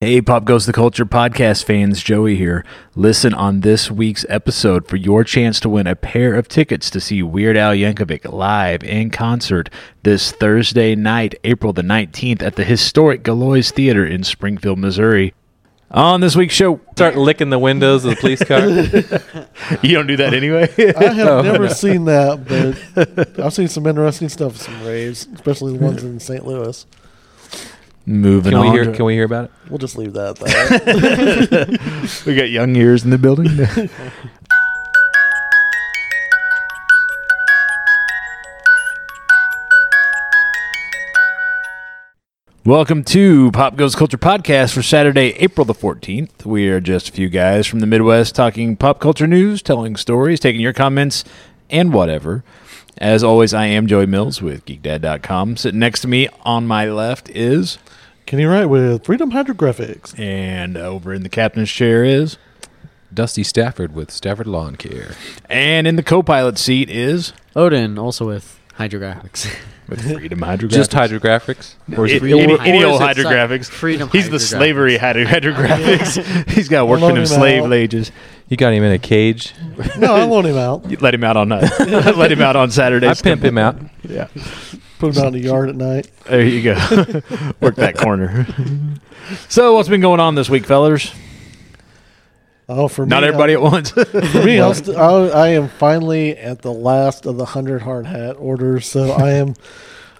Hey, Pop Goes the Culture podcast fans, Joey here. Listen on this week's episode for your chance to win a pair of tickets to see Weird Al Yankovic live in concert this Thursday night, April the 19th, at the historic Galois Theater in Springfield, Missouri. On this week's show, Start licking the windows of the police car. you don't do that anyway. I have never seen that, but I've seen some interesting stuff, some raves, especially the ones in St. Louis. Moving Can we on, hear? to- Can we hear about it? We'll just leave that. At that. we got young ears in the building. Welcome to Pop Goes Culture Podcast for Saturday, April the 14th. We are just a few guys from the Midwest talking pop culture news, telling stories, taking your comments, and whatever. As always, I am Joey Mills with GeekDad.com. Sitting next to me on my left is, Kenny Wright with Freedom Hydrographics. and over in the captain's chair is, Dusty Stafford with Stafford Lawn Care. and in the co pilot seat is. Odin, also with hydrographics. With freedom hydrographics. Just hydrographics. Or is it, It- any, Or- any or old is it some- hydrographics. Freedom He's the hydrographics. slavery hydro- hydrographics. He's got work for Loan them him slave out. ages. you got him in a cage. No, I want him out. You Let him out on night. Let him out on Saturdays. I pimp him out. Yeah. Put him out in the yard at night. There you go. Work that corner. so what's been going on this week, fellers? Oh, for Not me, everybody at once. I, for me, I'll st- I'll- I am finally at the last of the hundred hard hat orders. So I am.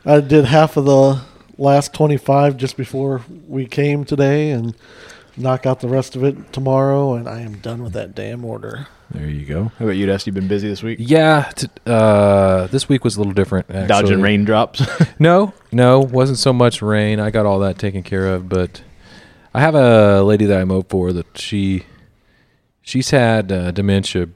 I did half of the last twenty-five just before we came today, and knock out the rest of it tomorrow. And I am done with that damn order. there you go. How about you, Dust? You've been busy this week? Yeah, t- uh, this week was a little different. Actually. Dodging raindrops. No, no, wasn't so much rain. I got all that taken care of, but I have a lady that I mow for that she she's had uh, dementia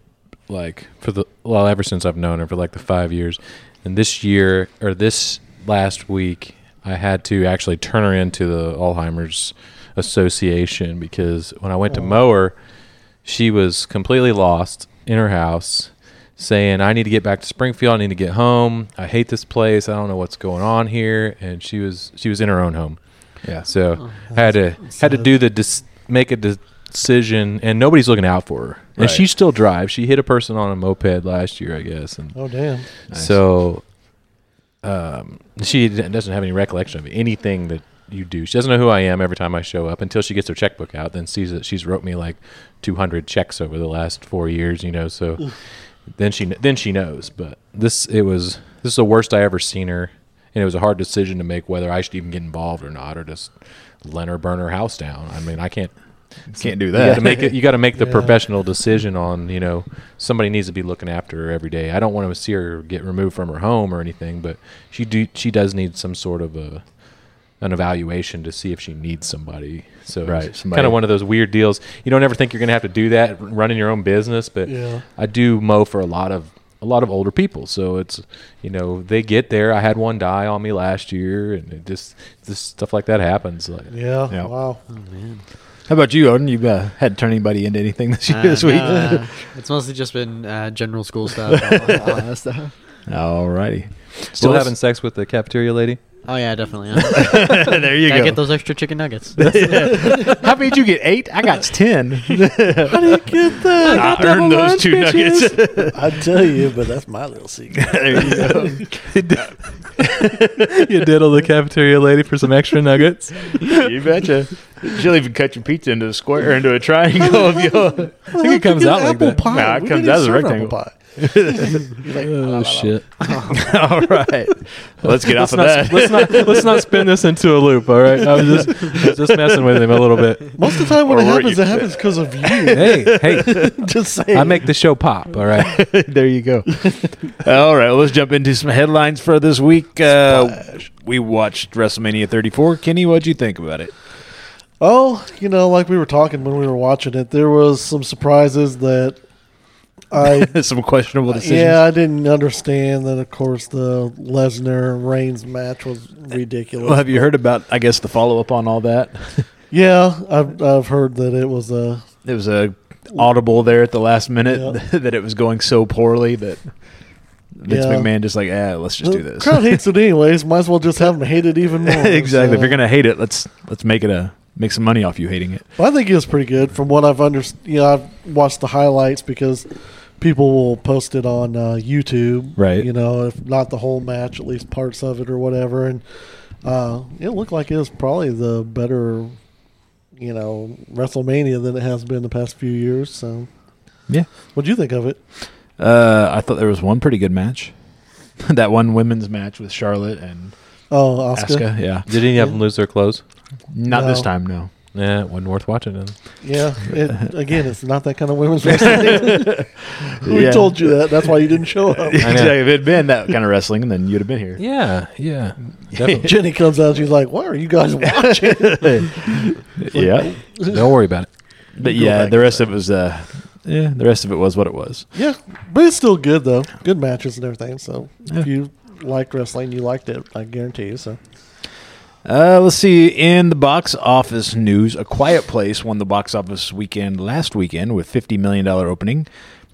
like for the well ever since I've known her for like the five years, and this year or this last week I had to actually turn her into the Alzheimer's Association because when I went to mow her, she was completely lost in her house saying, I need to get back to Springfield. I need to get home. I hate this place. I don't know what's going on here. And she was, she was in her own home. yeah. So I had to, had to do the, dis- make a de- decision and nobody's looking out for her. And Right. she still drives. She hit a person on a moped last year, I guess. And Oh damn! Nice. so, um, she d- doesn't have any recollection of anything that you do. She doesn't know who I am every time I show up until she gets her checkbook out, then sees that she's wrote me like 200 checks over the last four years, you know. So then she kn- then she knows. But this it was this is the worst I ever seen her, and it was a hard decision to make whether I should even get involved or not, or just let her burn her house down. I mean, I can't Can't do you got that. to make it. You got to make the Yeah. professional decision on. You know, somebody needs to be looking after her every day. I don't want to see her get removed from her home or anything, but she do. She does need some sort of a an evaluation to see if she needs somebody. So Right, it's somebody- kind of one of those weird deals. You don't ever think you're going to have to do that running your own business, but Yeah. I do mow for a lot of a lot of older people. So it's you know they get there. I had one die on me last year, and it just this stuff like that happens. Like Yeah, Yeah. wow. How about you, Odin? You've uh, had to turn anybody into anything this, year, Uh, this week? no, uh, it's mostly just been uh, general school stuff. Uh, all- all that stuff. All righty. Still Well, having sex with the cafeteria lady. Oh yeah, definitely. Yeah. there you Gotta go. get those extra chicken nuggets. How many did you get? Eight? I got ten. How did you get that? I, earned those two nuggets. I tell you, but that's my little secret. there you go. you diddle the cafeteria lady for some extra nuggets. You betcha. She'll even cut your pizza into a square, into a triangle. If you I it comes out like that. Pie. Nah, it We comes didn't out as a serve apple rectangle. pie. Oh shit! all right. Let's get off Let's of not, that. let's not let's not spin this into a loop. All right, I was just I was just messing with him a little bit. Most of the time, when Or it were happens, you- it happens because of you. hey, hey, Just saying. I make the show pop. All right. there you go. all right. Well, let's jump into some headlines for this week. Uh, we watched WrestleMania 34. Kenny, what'd you think about it? Oh, you know, like we were talking when we were watching it, there was some surprises that I some questionable decisions. yeah I didn't understand. That of course the Lesnar Reigns match was ridiculous. Well, have you heard about? I guess the follow up on all that. yeah, I've I've heard that it was a It was a audible there at the last minute Yeah. that it was going so poorly that Vince Yeah. McMahon just like, ah, let's just do this. crowd hates it anyways. Might as well just have them hate it even more. exactly. If So- you're gonna hate it, let's let's make it a make some money off you hating it. Well, I think he was pretty good from what I've under. You know, I've watched the highlights because people will post it on uh, YouTube. Right. You know, if not the whole match, at least parts of it or whatever. And uh, it looked like it was probably the better, you know, WrestleMania than it has been the past few years. So, Yeah. what do you think of it? Uh, I thought there was one pretty good match. that one women's match with Charlotte and Oh, Oscar. Asuka. Yeah. Did any of them lose their clothes? Not this No. time, no. Yeah, it wasn't worth watching. Then. Yeah. It, again, it's not that kind of women's wrestling. we Yeah. told you that. That's why you didn't show up. exactly. If it had been that kind of wrestling, then you'd have been here. Yeah, yeah, definitely. Jenny comes out. She's like, "Why are you guys watching?" yeah. Don't worry about it. But Go yeah, back the to rest of it was uh yeah, the rest of it was what it was. Yeah, but it's still good though. Good matches and everything. So if you liked wrestling, you liked it. I guarantee you. So Uh, let's see. In the box office news, A Quiet Place won the box office weekend last weekend with $50 million opening.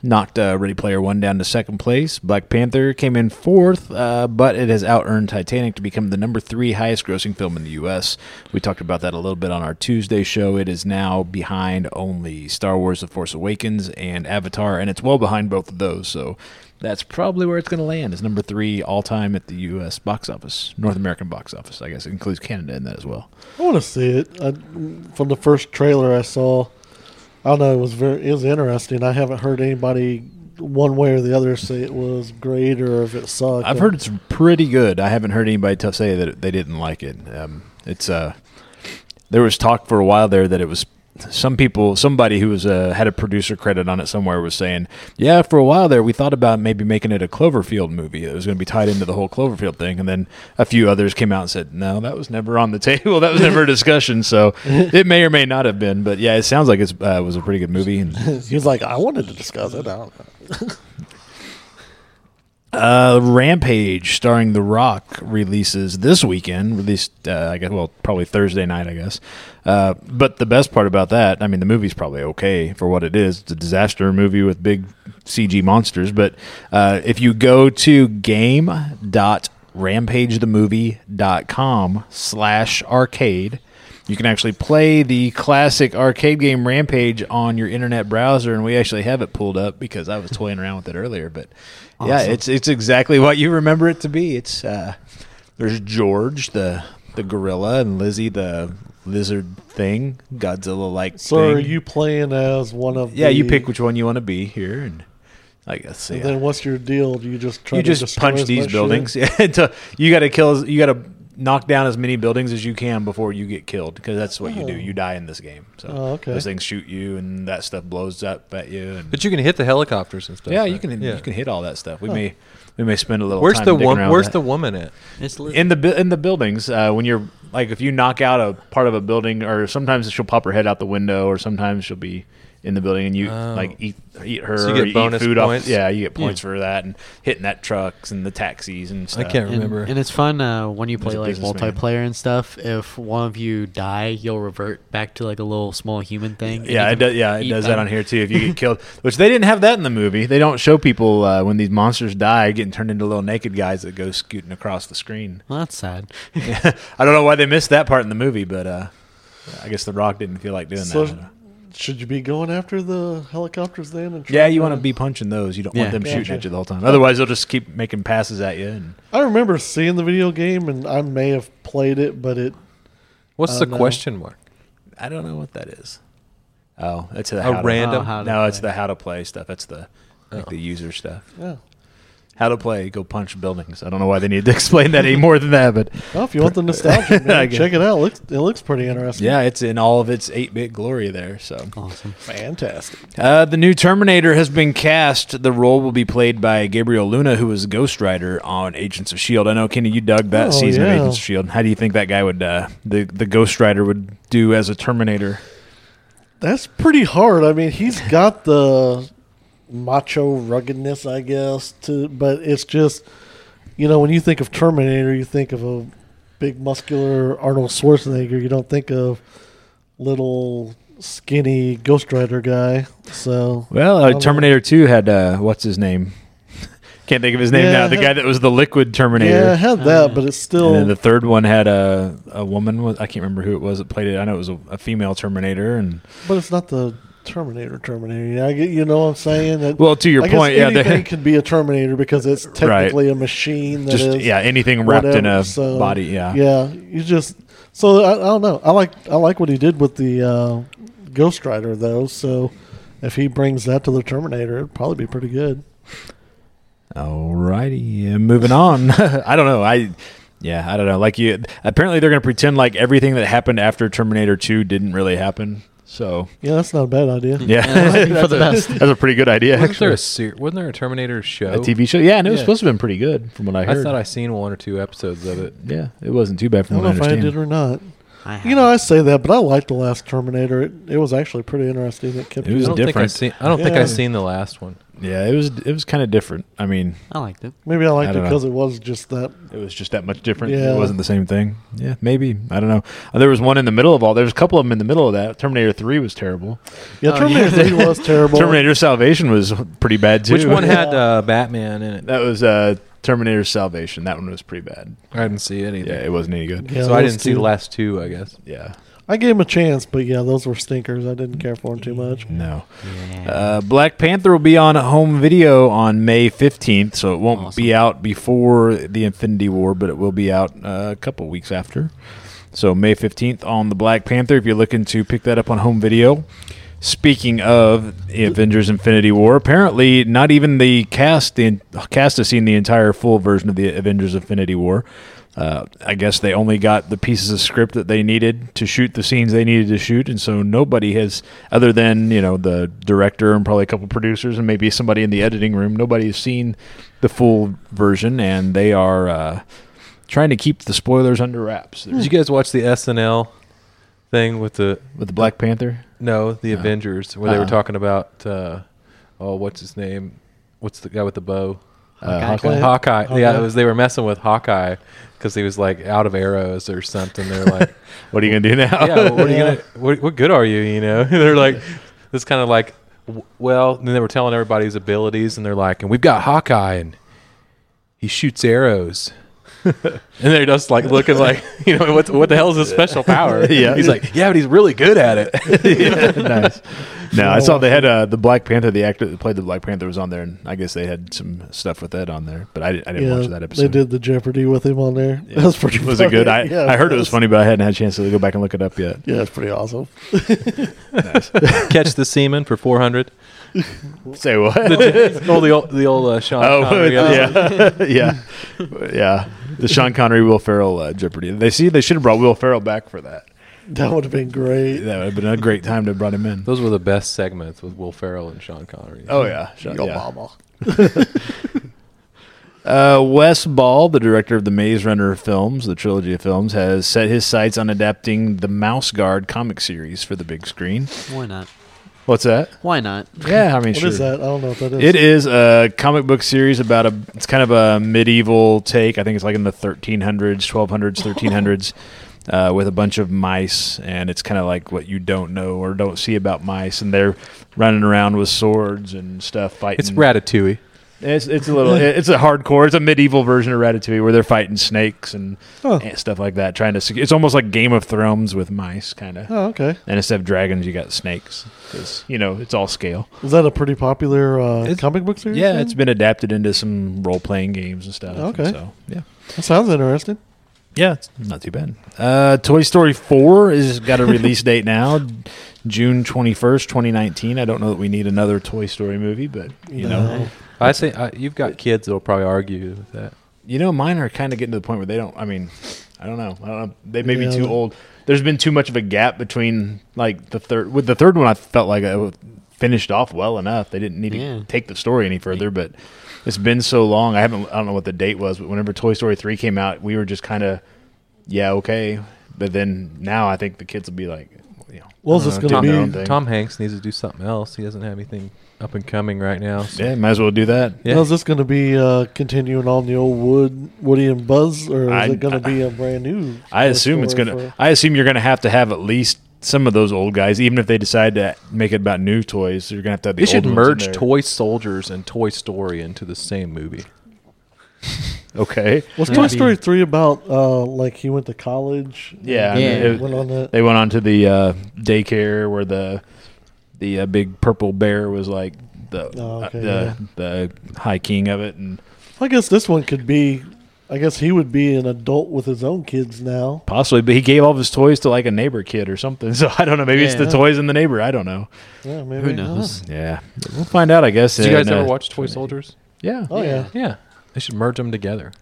Knocked uh, Ready Player One down to second place. Black Panther came in fourth, uh, but it has out earned Titanic to become the number three highest grossing film in the U.S. We talked about that a little bit on our Tuesday show. It is now behind only Star Wars The Force Awakens and Avatar, and it's well behind both of those. So that's probably where it's going to land is number three all time at the U.S. box office, North American box office. I guess it includes Canada in that as well. I want to see it. I, from the first trailer I saw, I don't know. It was very. It was interesting. I haven't heard anybody one way or the other say it was great or if it sucked. I've heard it's pretty good. I haven't heard anybody tell say that they didn't like it. Um, it's uh, there was talk for a while there that it was some people, somebody who was uh, had a producer credit on it somewhere was saying, yeah, for a while there we thought about maybe making it a Cloverfield movie. It was going to be tied into the whole Cloverfield thing, and then a few others came out and said, no, that was never on the table. That was never a discussion. So it may or may not have been, but yeah, it sounds like it's uh, was a pretty good movie. And He was like, "I wanted to discuss it." I don't know. Uh, Rampage, starring The Rock, releases this weekend. Released, uh, I guess, well, probably Thursday night, I guess. Uh, but the best part about that, I mean, the movie's probably okay for what it is. It's a disaster movie with big CG monsters. But uh, if you go to game.rampagethemovie.com slash arcade, you can actually play the classic arcade game Rampage on your internet browser, and we actually have it pulled up because I was toying around with it earlier. But yeah, it's it's exactly what you remember it to be. It's uh, there's George the the gorilla and Lizzie the lizard thing, Godzilla like. So are you playing as one of? Yeah, the, you pick which one you want to be here, and I guess And yeah. Then what's your deal? Do you just try you to just destroy punch as these much buildings. Yeah, to, you got to kill. as- You got to knock down as many buildings as you can before you get killed, because that's what you do. Oh. You die in this game. So Oh, okay. those things shoot you, and that stuff blows up at you. And But you can hit the helicopters and stuff. yeah, right? you can Yeah. you can hit all that stuff. We may we may spend a little. Where's time the digging one? around Where's with the that. woman at? It's in the bu- in the buildings uh, when you're like if you knock out a part of a building, or sometimes she'll pop her head out the window, or sometimes she'll be in the building and you Oh. like eat eat her So you or get eat bonus food points? off yeah you get points for that and hitting that trucks and the taxis and I stuff can't And, remember. and it's fun uh, when you play a like businessman. multiplayer and stuff. If one of you die, you'll revert back to like a little small human thing. and Yeah, you it can does, yeah, it eat does that them. on here too. If you get killed, which they didn't have that in the movie, they don't show people uh, when these monsters die getting turned into little naked guys that go scooting across the screen. Well, that's sad. I don't know why they missed that part in the movie, but uh, I guess The Rock didn't feel like doing So- that. Should you be going after the helicopters then? And Yeah, you trying want to be punching those. You don't want Yeah. them shooting Gotcha. at you the whole time. Otherwise, they'll just keep making passes at you. And I remember seeing the video game, and I may have played it, but it What's Uh, the no. question mark? I don't know what that is. Oh, that's the A how to- random- Oh, how to no, it's play. the how to play Oh. stuff. That's the like the user stuff. yeah. How to play? Go punch buildings. I don't know why they need to explain that any more than that, but Well, if you want the nostalgia, man, I guess. check it out. It looks, it looks pretty interesting. yeah, it's in all of its eight-bit glory there. So. Awesome. fantastic. Uh, the new Terminator has been cast. The role will be played by Gabriel Luna, who was Ghost Rider on Agents of Shield. I know, Kenny, you dug that Oh, season yeah. of Agents of Shield. E How do you think that guy would, uh, the the Ghost Rider would do as a Terminator? That's pretty hard. I mean, he's got the macho ruggedness, I guess. To but it's just, you know, when you think of Terminator, you think of a big muscular Arnold Schwarzenegger. You don't think of little skinny Ghost Rider guy. So Well, I uh, don't Terminator Two had uh, what's his name? Can't think of his name Yeah, now. The guy that was the liquid Terminator. Uh-huh. Yeah, I had that, but it's And then still the third one had a a woman. with- I can't remember who it was that played it. I know it was a, a female Terminator. And but it's not the Terminator Terminator. You know, I get- you know what I'm saying? That- well, to your I guess point, yeah, anything they, could be a Terminator because it's technically a machine that is. just yeah, anything wrapped in whatever, a so, body. Yeah, yeah. You just so I, I don't know. I like I like what he did with the uh, Ghost Rider though. So if he brings that to the Terminator, it'd probably be pretty good. Alrighty, and moving on. I don't know. I yeah, I don't know. Like you, apparently they're gonna pretend like everything that happened after Terminator Two didn't really happen. So Yeah, that's not a bad idea. Mm. yeah, for the best. that's a pretty good idea. Wasn't there Actually, a ser- wasn't there a Terminator show? a TV show. Yeah, and it was Yeah. supposed to have been pretty good from what I I, heard. thought I seen one or two episodes of it. yeah, it wasn't too bad I from don't what know I if I understand. did or not. I You know, I say that, but I liked the last Terminator. It, it was actually pretty interesting. It kept It was I you- don't think I different. seen. I don't think Yeah. I seen the last one. yeah, it was it was kind of different. I mean, I liked it. maybe I liked I it don't know. because it was just that. It was just that much different. Yeah. It wasn't the same thing. Yeah, maybe. I don't know. Uh, There was one in the middle of all. There was a couple of them in the middle of that. Terminator Three was terrible. Yeah, Oh, Terminator yeah. Three was terrible. Terminator Salvation was pretty bad too. Which one Yeah. had uh, Batman in it? That was uh, Terminator Salvation. That one was pretty bad. I didn't see anything. Yeah, it wasn't any good. Yeah, so I those didn't see two- the last two. I guess. Yeah. I gave him a chance, but yeah, those were stinkers. I didn't care for them too much. No. Yeah. Uh, Black Panther will be on home video on May 15th, so it won't Awesome. be out before the Infinity War, but it will be out uh, a couple weeks after. So May 15th on the Black Panther if you're looking to pick that up on home video. Speaking of the Avengers Infinity War, apparently not even the cast the cast has seen the entire full version of the Avengers Infinity War. Uh, I guess they only got the pieces of script that they needed to shoot the scenes they needed to shoot, and so nobody has, other than you know the director and probably a couple producers and maybe somebody in the editing room, nobody has seen the full version, and they are uh, trying to keep the spoilers under wraps. Hmm. Did There's- you guys watch the SNL thing with the With the Black Panther, no the No. Avengers where they were Uh-uh. talking about uh, oh what's his name? What's the guy with the bow? uh, Hawkeye. Hawkeye. Hawkeye. Yeah, Hawkeye. it was they were messing with Hawkeye because he was like out of arrows or something. They're like, what are you gonna do now? yeah, what are you Yeah. gonna? What, what good are you? You know, they're like, this kind of like, w- well, and then they were telling everybody his abilities, and they're like, and we've got Hawkeye, and he shoots arrows. and they're just like looking like you know what what the hell is his special power? Yeah. he's like yeah, but he's really good at it. nice. No, I saw they had uh, the Black Panther. The actor that played the Black Panther was on there, and I guess they had some stuff with that on there. But I, di- I didn't yeah, watch that episode. They did the Jeopardy with him on there. Yeah. That was pretty. Was it good? I, funny. Yeah, I heard it was that's- funny, but I hadn't had a chance to go back and look it up yet. Yeah, it's pretty awesome. Catch the semen for four hundred. Say what? Oh, the old the old uh, Sean. oh, Connery episode. yeah, yeah, yeah. The Sean Connery, Will Ferrell uh, Jeopardy. They see they should have brought Will Ferrell back for that. That would have been great. That would have been a great time to have brought him in. Those were the best segments with Will Ferrell and Sean Connery. Oh yeah, Sean, Yo, yeah. mama. Uh, Wes Ball, the director of the Maze Runner films, the trilogy of films, has set his sights on adapting the Mouse Guard comic series for the big screen. Why not? What's that? Why not? Yeah, I mean, What is sure. that? I don't know what that is. It is a comic book series about a. It's kind of a medieval take. I think it's like in the 1300s, 1200s, 1300s, uh, with a bunch of mice, and it's kind of like what you don't know or don't see about mice, and they're running around with swords and stuff fighting. It's Ratatouille. It's it's a little. It's a hardcore. It's a medieval version of Ratatouille where they're fighting snakes and, Huh. and stuff like that. Trying to. sec- It's almost like Game of Thrones with mice, kind of. Oh, okay. And instead of dragons, you got snakes. 'Cause, you know, it's all scale. Is that a pretty popular uh, It's- comic book series? Yeah, then? it's been adapted into some role playing games and stuff. and Okay. so yeah, That sounds interesting. yeah, it's not too bad. Uh, Toy Story Four is got a release date now, June twenty first, twenty nineteen. I don't know that we need another Toy Story movie, but you know, No. I say I, you've got kids that'll probably argue with that. you know, mine are kind of getting to the point where they don't. I mean, I don't know. I don't know. They may Yeah. be too old. There's been too much of a gap between like the third with the third one. I felt like I finished off well enough. They didn't need Yeah. to take the story any further, but it's been so long. I haven't. I don't know what the date was, but whenever Toy Story three came out, we were just kind of yeah okay. But then now I think the kids will be like, you know, Well, is I this don't know, gonna doing their own be- thing. Uh, Tom Hanks needs to do something else. He doesn't have anything up and coming right now. so- Yeah, might as well do that. Yeah. Now, is this going to be uh, continuing on the old Wood, Woody and Buzz, or is I- it going I- to be a brand new? I Toy assume it's Story gonna. for- I assume you're gonna have to have at least some of those old guys, even if they decide to make it about new toys. You're gonna have to. Have the They should old ones in merge there. Toy Soldiers and Toy Story into the same movie. Okay. Was Yeah. Toy Story three about uh, like he went to college? Yeah, and Yeah. it- went on that. They went on to the uh, daycare where the the uh, big purple bear was like the Oh, okay, uh, the the high king of it, and I guess this one could be. I guess he would be an adult with his own kids now. possibly, but he gave all of his toys to like a neighbor kid or something. So I don't know. Maybe it's the Yeah. toys and the neighbor. I don't know. Yeah, maybe. Who I don't knows? Yeah, we'll find out. I guess. Did you guys in, ever uh, watch Toy Soldiers? Yeah. know. Oh yeah. Yeah, they should merge them together.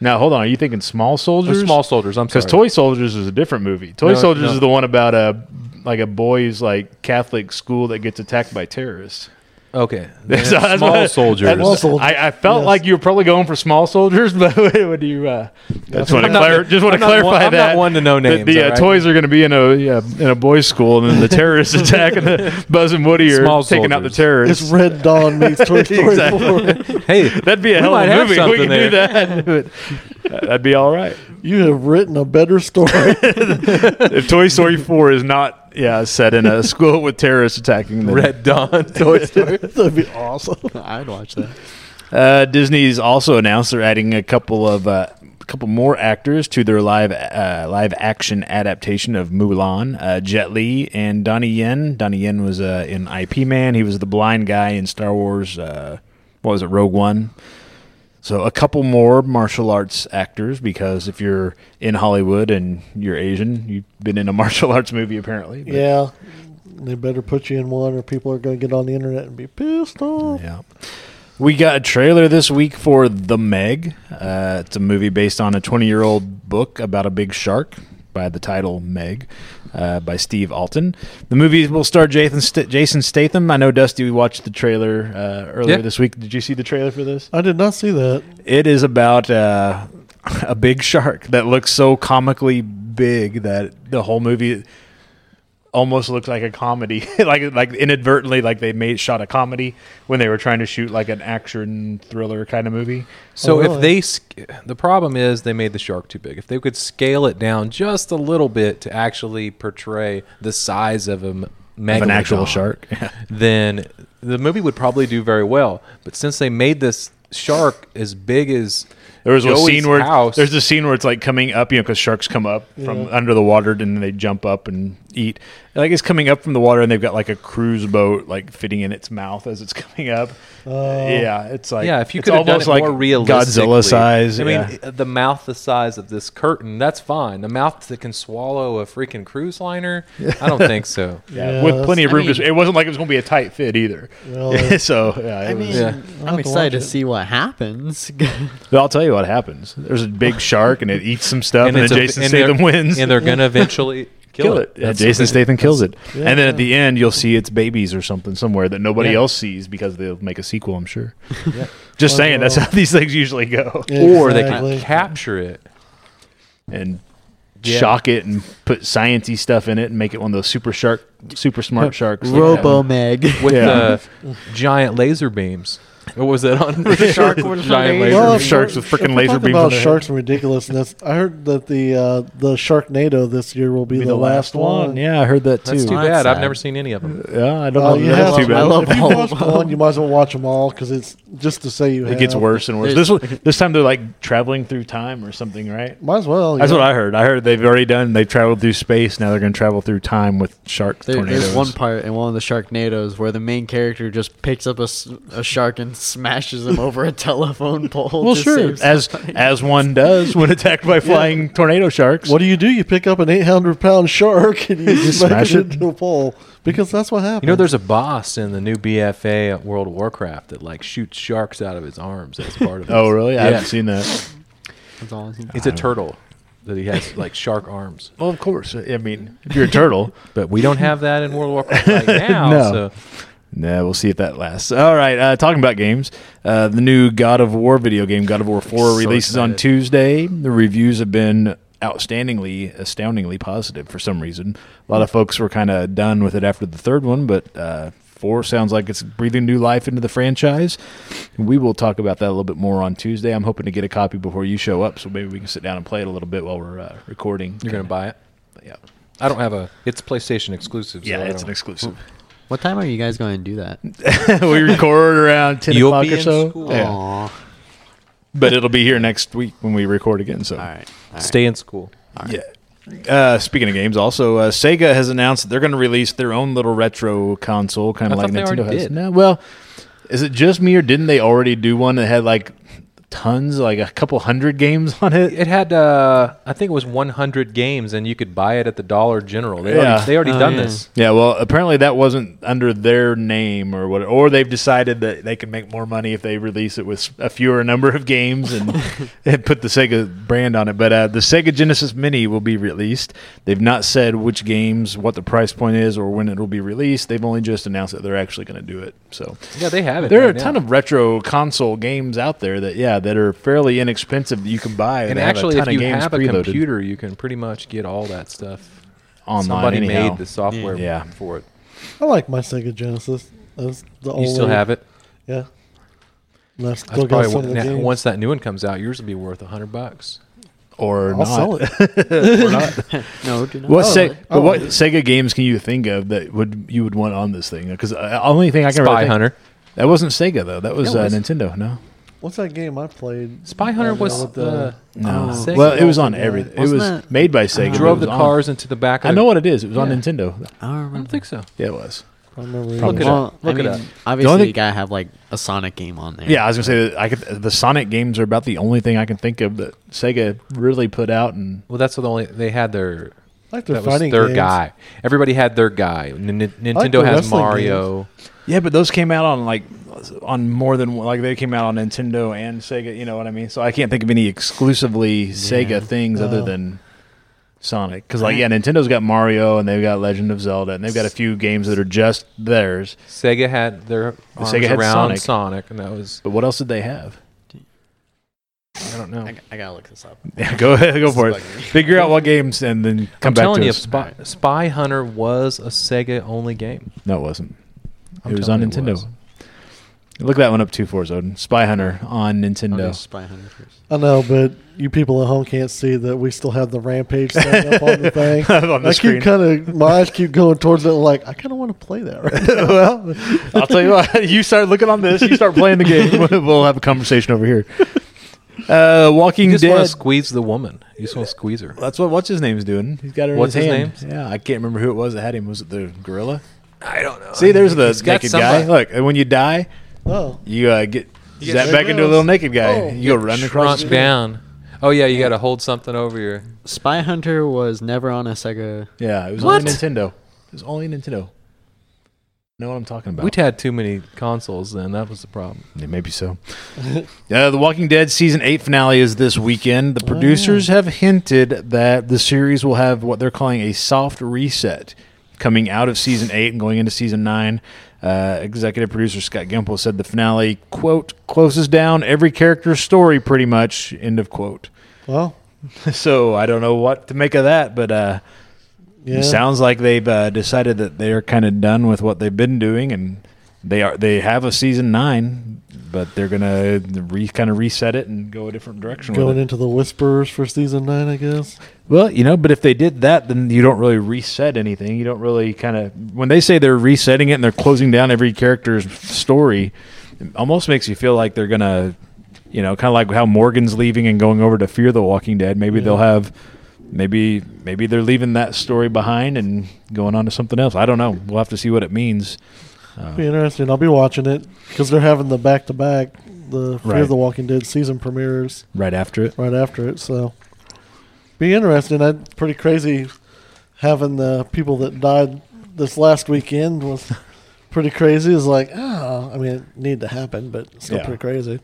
Now hold on. Are you thinking small Or soldiers? small soldiers. I'm sorry. Because Toy Soldiers is a different movie. Toy No, Soldiers no. is the one about a like a boy's like Catholic school that gets attacked by terrorists. okay, That's- that's small what- soldiers. that's- Small Soldiers. I, I felt Yes. like you were probably going for small soldiers, but what do you? Uh, just want to I'm not- clar- just want to I'm not one- clarify I'm that. not one to know that names. the uh, all right? toys are going to be in a yeah, in a boys' school, and then the terrorists attack, and the Buzz and Woody are Small taking out the soldiers. terrorists. It's Red Dawn meets Toy Story Exactly. four. Hey, That'd be a We hell might of a have movie. if We could something do that. But That'd be all right. You have written a better story. If Toy Story Four is not yeah set in a school with terrorists attacking them, Red Dawn Toy Story. That'd be awesome. I'd watch that. Uh, Disney's also announced they're adding a couple of uh, a couple more actors to their live uh, live action adaptation of Mulan. Uh, Jet Li and Donnie Yen. Donnie Yen was uh, in IP Man. He was the blind guy in Star Wars. Uh, what was it? Rogue One. So a couple more martial arts actors because if you're in Hollywood and you're Asian, you've been in a martial arts movie apparently. but- Yeah. They better put you in one, or people are going to get on the internet and be pissed off. Yeah. We got a trailer this week for The Meg. Uh, it's a movie based on a 20 year old book about a big shark by the title Meg uh, by Steve Alton. The movie will star Jason, St- Jason Statham. I know, Dusty, we watched the trailer uh, earlier Yeah. this week. Did you see the trailer for this? I did not see that. It is about uh, a big shark that looks so comically big that the whole movie almost looks like a comedy, like like inadvertently, like they made shot a comedy when they were trying to shoot like an action thriller kind of movie. So Oh, if really? they, sc- the problem is they made the shark too big. If they could scale it down just a little bit to actually portray the size of a m- Of an actual megalodon, shark. then the movie would probably do very well. But since they made this shark as big as There was a Joey's scene where house, there's a scene where it's like coming up, you know, because sharks come up from under the water and then they jump up and eat. Like it's coming up from the water and they've got like a cruise boat like fitting in its mouth as it's coming up. yeah, it's like yeah, if you it's could have done it almost like more realistically, Godzilla size. I yeah. mean, uh, the mouth the size of this curtain, that's fine. The mouth that can swallow a freaking cruise liner, I don't think so. Yeah, Yeah, with that's- plenty of I room. to mean- it wasn't like it was going to be a tight fit either. Well, uh, so yeah, it I mean, was, Yeah. have I'm to excited to watch it. see what happens. But I'll tell you what happens. There's a big shark and it eats some stuff, and, it's a- then Jason and they're- Statham wins. and they're gonna eventually kill, it. Yeah, That's Jason the thing. Statham kills it, Yeah. and then at the end you'll see its babies or something somewhere that nobody Yeah. else sees because they'll make a sequel. I'm sure. Yeah. Just Well, saying, that's well. how these things usually go. or they Exactly. can capture it. And Yeah. shock it and put sciency stuff in it and make it one of those super shark, super smart sharks. like that Robo Meg. with Yeah. the giant laser beams. What was that on? Shark with giant laser laser Well, if beams. sharks we're- with frickin' if we're laser talking beams on About their head. sharks and ridiculousness. I heard that the uh, the Sharknado this year will be, the, last, one. Oh, Yeah, I heard that too. That's too Well, that's bad. I've sad. never seen any of them. yeah, I don't Well, know. you That's have too to, bad. I love Uh, if you all watch of 'em. one, you might as well watch them all because it's just to say you. It gets have. worse and worse. This There's- one, this time they're like traveling through time or something, right? Might as well. That's yeah. what I heard. I heard they've already done. They've traveled through space. Now they're going to travel through time with shark There, tornadoes. there's one part in one of the Sharknadoes where the main character just picks up a, s- a shark and smashes him over a telephone pole. well, to sure, save as somebody. as one does when attacked by flying tornado sharks. What do you do? You pick up an 800 pound shark and you smash Smash it it. into a pole because that's what happened. You know, there's a boss in the new BFA at World of Warcraft that like shoots sharks out of his arms as part of. oh, his- really? I Yeah. haven't seen that. That's all I see. It's a turtle that he has like shark arms, Well, of course. I mean, if you're a turtle, but we don't have that in World of Warcraft right now. No. So nah, we'll see if that lasts. All right. Uh, talking about games, uh, the new God of War video game, God of War Four, So releases on excited. Tuesday. The reviews have been outstandingly, astoundingly positive for some reason. A lot of folks were kind of done with it after the third one, but uh, four sounds like it's breathing new life into the franchise. We will talk about that a little bit more on Tuesday. I'm hoping to get a copy before you show up, so maybe we can sit down and play it a little bit while we're uh, recording. you're gonna buy it. yeah, uh, I don't have a. It's PlayStation exclusive. so yeah, I it's an don't- exclusive. What time are you guys going to do that? we record around 10 You'll o'clock be or in so. school. Yeah. Aw. but it'll be here next week when we record again. So All right. All right. Stay in school. yeah. Uh, speaking of games, also uh, Sega has announced that they're going to release their own little retro console, kind I of like thought they Nintendo already has. did. No, well, is it just me or didn't they already do one that had like tons, like a couple hundred games on it? It had, uh, I think it was 100 games, and you could buy it at the Dollar General. They Yeah. already, they already Oh, done yeah. this. Yeah, well, apparently that wasn't under their name or what, or they've decided that they can make more money if they release it with a fewer number of games and, and put the Sega brand on it. But uh, the Sega Genesis Mini will be released. They've not said which games, what the price point is, or when it will be released. They've only just announced that they're actually going to do it. So Yeah, they have it. there are right a ton now. of retro console games out there that yeah that are fairly inexpensive that you can buy that And have a actually, ton if of you games have a preloaded computer, you can pretty much get all that stuff. online Somebody anyhow. made the software Yeah. for it. I like my Sega Genesis. That's the You only. still have it. Yeah. And I That's still got probably some of one, the now, games. once that new one comes out, yours will be worth a hundred bucks. or I'll not. sell it. or not. No, do not. What Oh, Sega? oh. But what Sega games can you think of that would you would want on this thing? Because uh, only thing I can Spy really think- Hunter. That wasn't Sega though. That was, That was- Uh, Nintendo. No, What's that game I played? Spy Hunter Uh, was with the no. Oh. Sega. oh, well, it was on Yeah. everything. It Wasn't was that- made by Sega. You but it drove was the on- cars into the back. of I know what it is. It was on Yeah. Nintendo. I don't I remember. don't think so. Yeah, it was. I remember. Probably. Look it well, Look I it mean, up. The only obviously thing- you gotta have like a Sonic game on there. Yeah, I was gonna say that I could. The Sonic games are about the only thing I can think of that Sega really put out. And Well, that's the only they had their I like their that was fighting their games. guy. Everybody had their guy. N- N- like Nintendo the has wrestling Mario. yeah, but those came out on like on more than one- like they came out on Nintendo and Sega. You know what I mean? So I can't think of any exclusively Sega things other Wow. than Sonic. Because like yeah, Nintendo's got Mario and they've got Legend of Zelda and they've got a few games that are just theirs. Sega had their arms Sega had around Sonic. Sonic. and that was But what else did they have? I don't know. I, I gotta look this up. Yeah, go ahead, go for it. Figure out what games and then come I'm back telling to you, us. Spy, Spy Hunter was a Sega only game. No, it wasn't. I'm it was on telling you Nintendo. it was. Look that one up too for us, Odin. Spy Hunter on Nintendo. Okay, Spy Hunter first. I know, but you people at home can't see that we still have the rampage set up on the thing. on the I screen. keep kind of my eyes keep going towards it. Like I kind of want to play that. Right? well, I'll tell you what. You start looking on this. You start playing the game. We'll have a conversation over here. Uh, Walking You just want Dead. to squeeze the woman. You just want to squeeze her. That's what what's his name's doing. He's got her. What's in his, his hand. Yeah, I can't remember who it was that had him. Was it the gorilla? I don't know. See, there's the He's got naked guy. somebody. Look, and when you die, Oh, you uh, get You zapped get back into a gorillas. little naked guy. Oh. you go run across. Shrunk The yeah. down. Oh yeah, you got to hold something over your. Spy Hunter was never on a Sega. yeah, it was What? only Nintendo. It was only Nintendo. Know what I'm talking about? We'd had too many consoles then. That was the problem. Yeah, maybe so. uh, the Walking Dead season eight finale is this weekend. The producers have hinted that the series will have what they're calling a soft reset coming out of season eight and going into season nine. Uh, executive producer Scott Gimple said the finale quote closes down every character's story pretty much end of quote. well, so I don't know what to make of that, but uh, yeah. it sounds like they've uh, decided that they're kind of done with what they've been doing, and they are they have a season nine, but they're gonna re, kind of reset it and go a different direction. With going it. into the Whisperers for season nine, I guess. Well, you know, but if they did that, then you don't really reset anything. You don't really kind of when they say they're resetting it and they're closing down every character's story, it almost makes you feel like they're gonna, you know, kind of like how Morgan's leaving and going over to Fear the Walking Dead. Maybe Yeah. they'll have, maybe maybe they're leaving that story behind and going on to something else. I don't know. We'll have to see what it means. uh, Oh. Be interesting. I'll be watching it because they're having the back to back, the Fear Right. of the Walking Dead season premieres Right after it, right after it. So, be interesting. That's pretty crazy. Having the people that died this last weekend was pretty crazy. It's like, ah, I mean, it need to happen, but it's still Yeah. pretty crazy.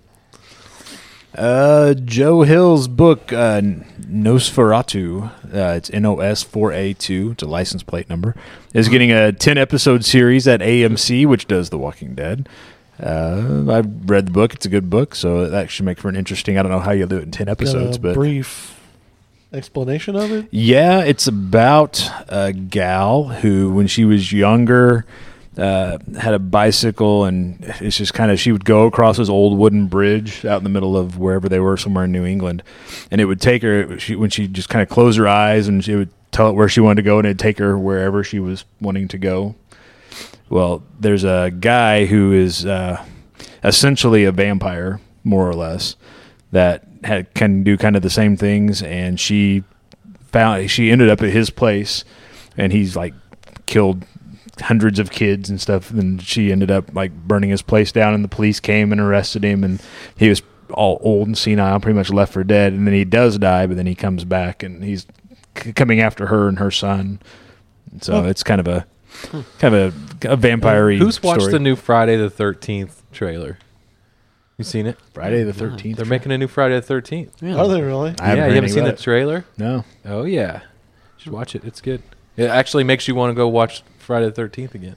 Uh, Joe Hill's book, uh, Nosferatu, uh, it's NOS 4A2, it's a license plate number, is getting a 10 episode series at AMC, which does The Walking Dead. Uh, I've read the book, it's a good book, so that should make for an interesting. I don't know how you do it in 10 Got episodes, a but. brief explanation of it. Yeah, it's about a gal who, when she was younger, uh, had a bicycle, and it's just kind of she would go across this old wooden bridge out in the middle of wherever they were, somewhere in New England, and it would take her she, when she just kind of closed her eyes and she would tell it where she wanted to go, and it'd take her wherever she was wanting to go. Well, there's a guy who is uh, essentially a vampire, more or less, that had, can do kind of the same things, and she found she ended up at his place, and he's like killed hundreds of kids and stuff, and she ended up like burning his place down, and the police came and arrested him, and he was all old and senile, pretty much left for dead, and then he does die, but then he comes back, and he's c- coming after her and her son. So it's kind of a kind of a, a vampire. hmm. Who's watched the new Friday the Thirteenth trailer? You seen it? Friday the Thirteenth? They're making a new Friday the Thirteenth. Really? Are they really? I haven't yeah, heard you haven't any seen the about trailer? No, Oh yeah, you should watch it. It's good. It actually makes you want to go watch Friday the Thirteenth again.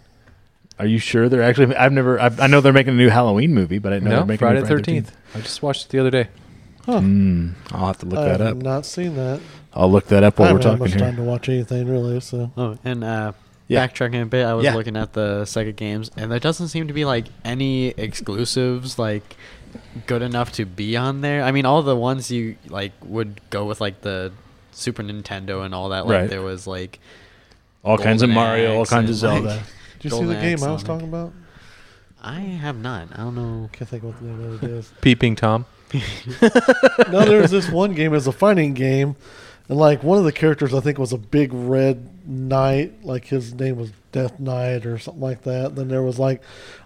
are you sure they're actually? I've never. I've, I know they're making a new Halloween movie, but I didn't know No, they're making Friday a the new Friday Thirteenth. I just watched it the other day. Huh. Mm, I'll have to look I that have up. not seen that. I'll look that up I while we're haven't had talking much here. time to watch anything really. So Oh, and uh, Yeah. backtracking a bit, I was Yeah. looking at the Sega games, and there doesn't seem to be like any exclusives like good enough to be on there. I mean, all the ones you like would go with like the Super Nintendo and all that. Like Right. there was like All kinds of Golden Mario, all Axe kinds of and, Zelda. like, did you Golden see the game Axe I was on it. talking about? I have not. I don't know. Can't think of what the name of it is. Peeping Tom. no, there was this one game. It was a fighting game, and like one of the characters, I think, was a big red knight. Like his name was Death Knight or something like that. Then there was like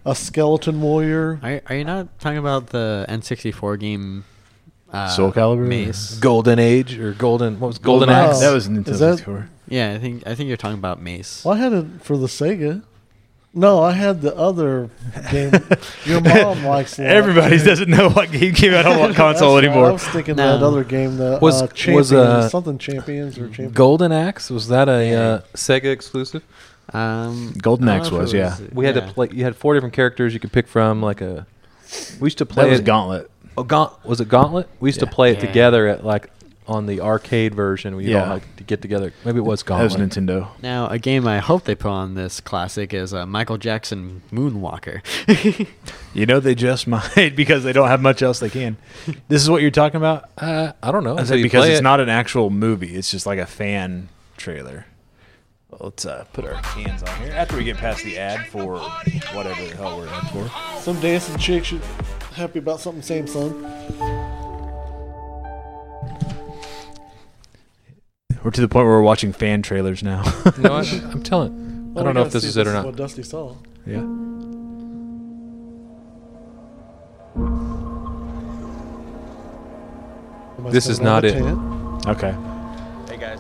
a skeleton warrior. Are are you not talking about the N64 game? Uh, Soul Calibur? Mace. Golden Age or Golden? What was Golden Golden Axe? Axe. That was Is Nintendo that- 64. Yeah, I think I think you're talking about Mace. Well, I had it for the Sega. No, I had the other game. Your mom likes. a lot, Everybody too. doesn't know what game came out on what console That's right. I anymore. was thinking No. that other game, the Was- uh, was, champions, uh, something champions or champions. Golden Axe was that a uh, Sega exclusive? Um, Golden I don't Axe know if was, it yeah. We had yeah. to play. You had four different characters you could pick from. Like a, we used to play. That was it- Gauntlet. Oh, Gaunt, was it Gauntlet? We used Yeah. to play it Yeah. together at like on the arcade version. We Yeah. all like to get together. Maybe it was That was Gauntlet. Nintendo. Now, a game I hope they put on this classic is uh, Michael Jackson Moonwalker. You know they just might because they don't have much else they can. This is what you're talking about. uh, I don't know. I until said you because play it's it. not an actual movie; it's just like a fan trailer. Well, Let's uh, put our hands on here after we get past the ad for whatever the hell we're in for. Some dancing chick should happy about something Samsung. We're to the point where we're watching fan trailers now. No, I, I'm telling. I don't know if this is it or not. What Dusty saw. yeah. Am I This is stepping on not a it. tan? Okay. Hey guys.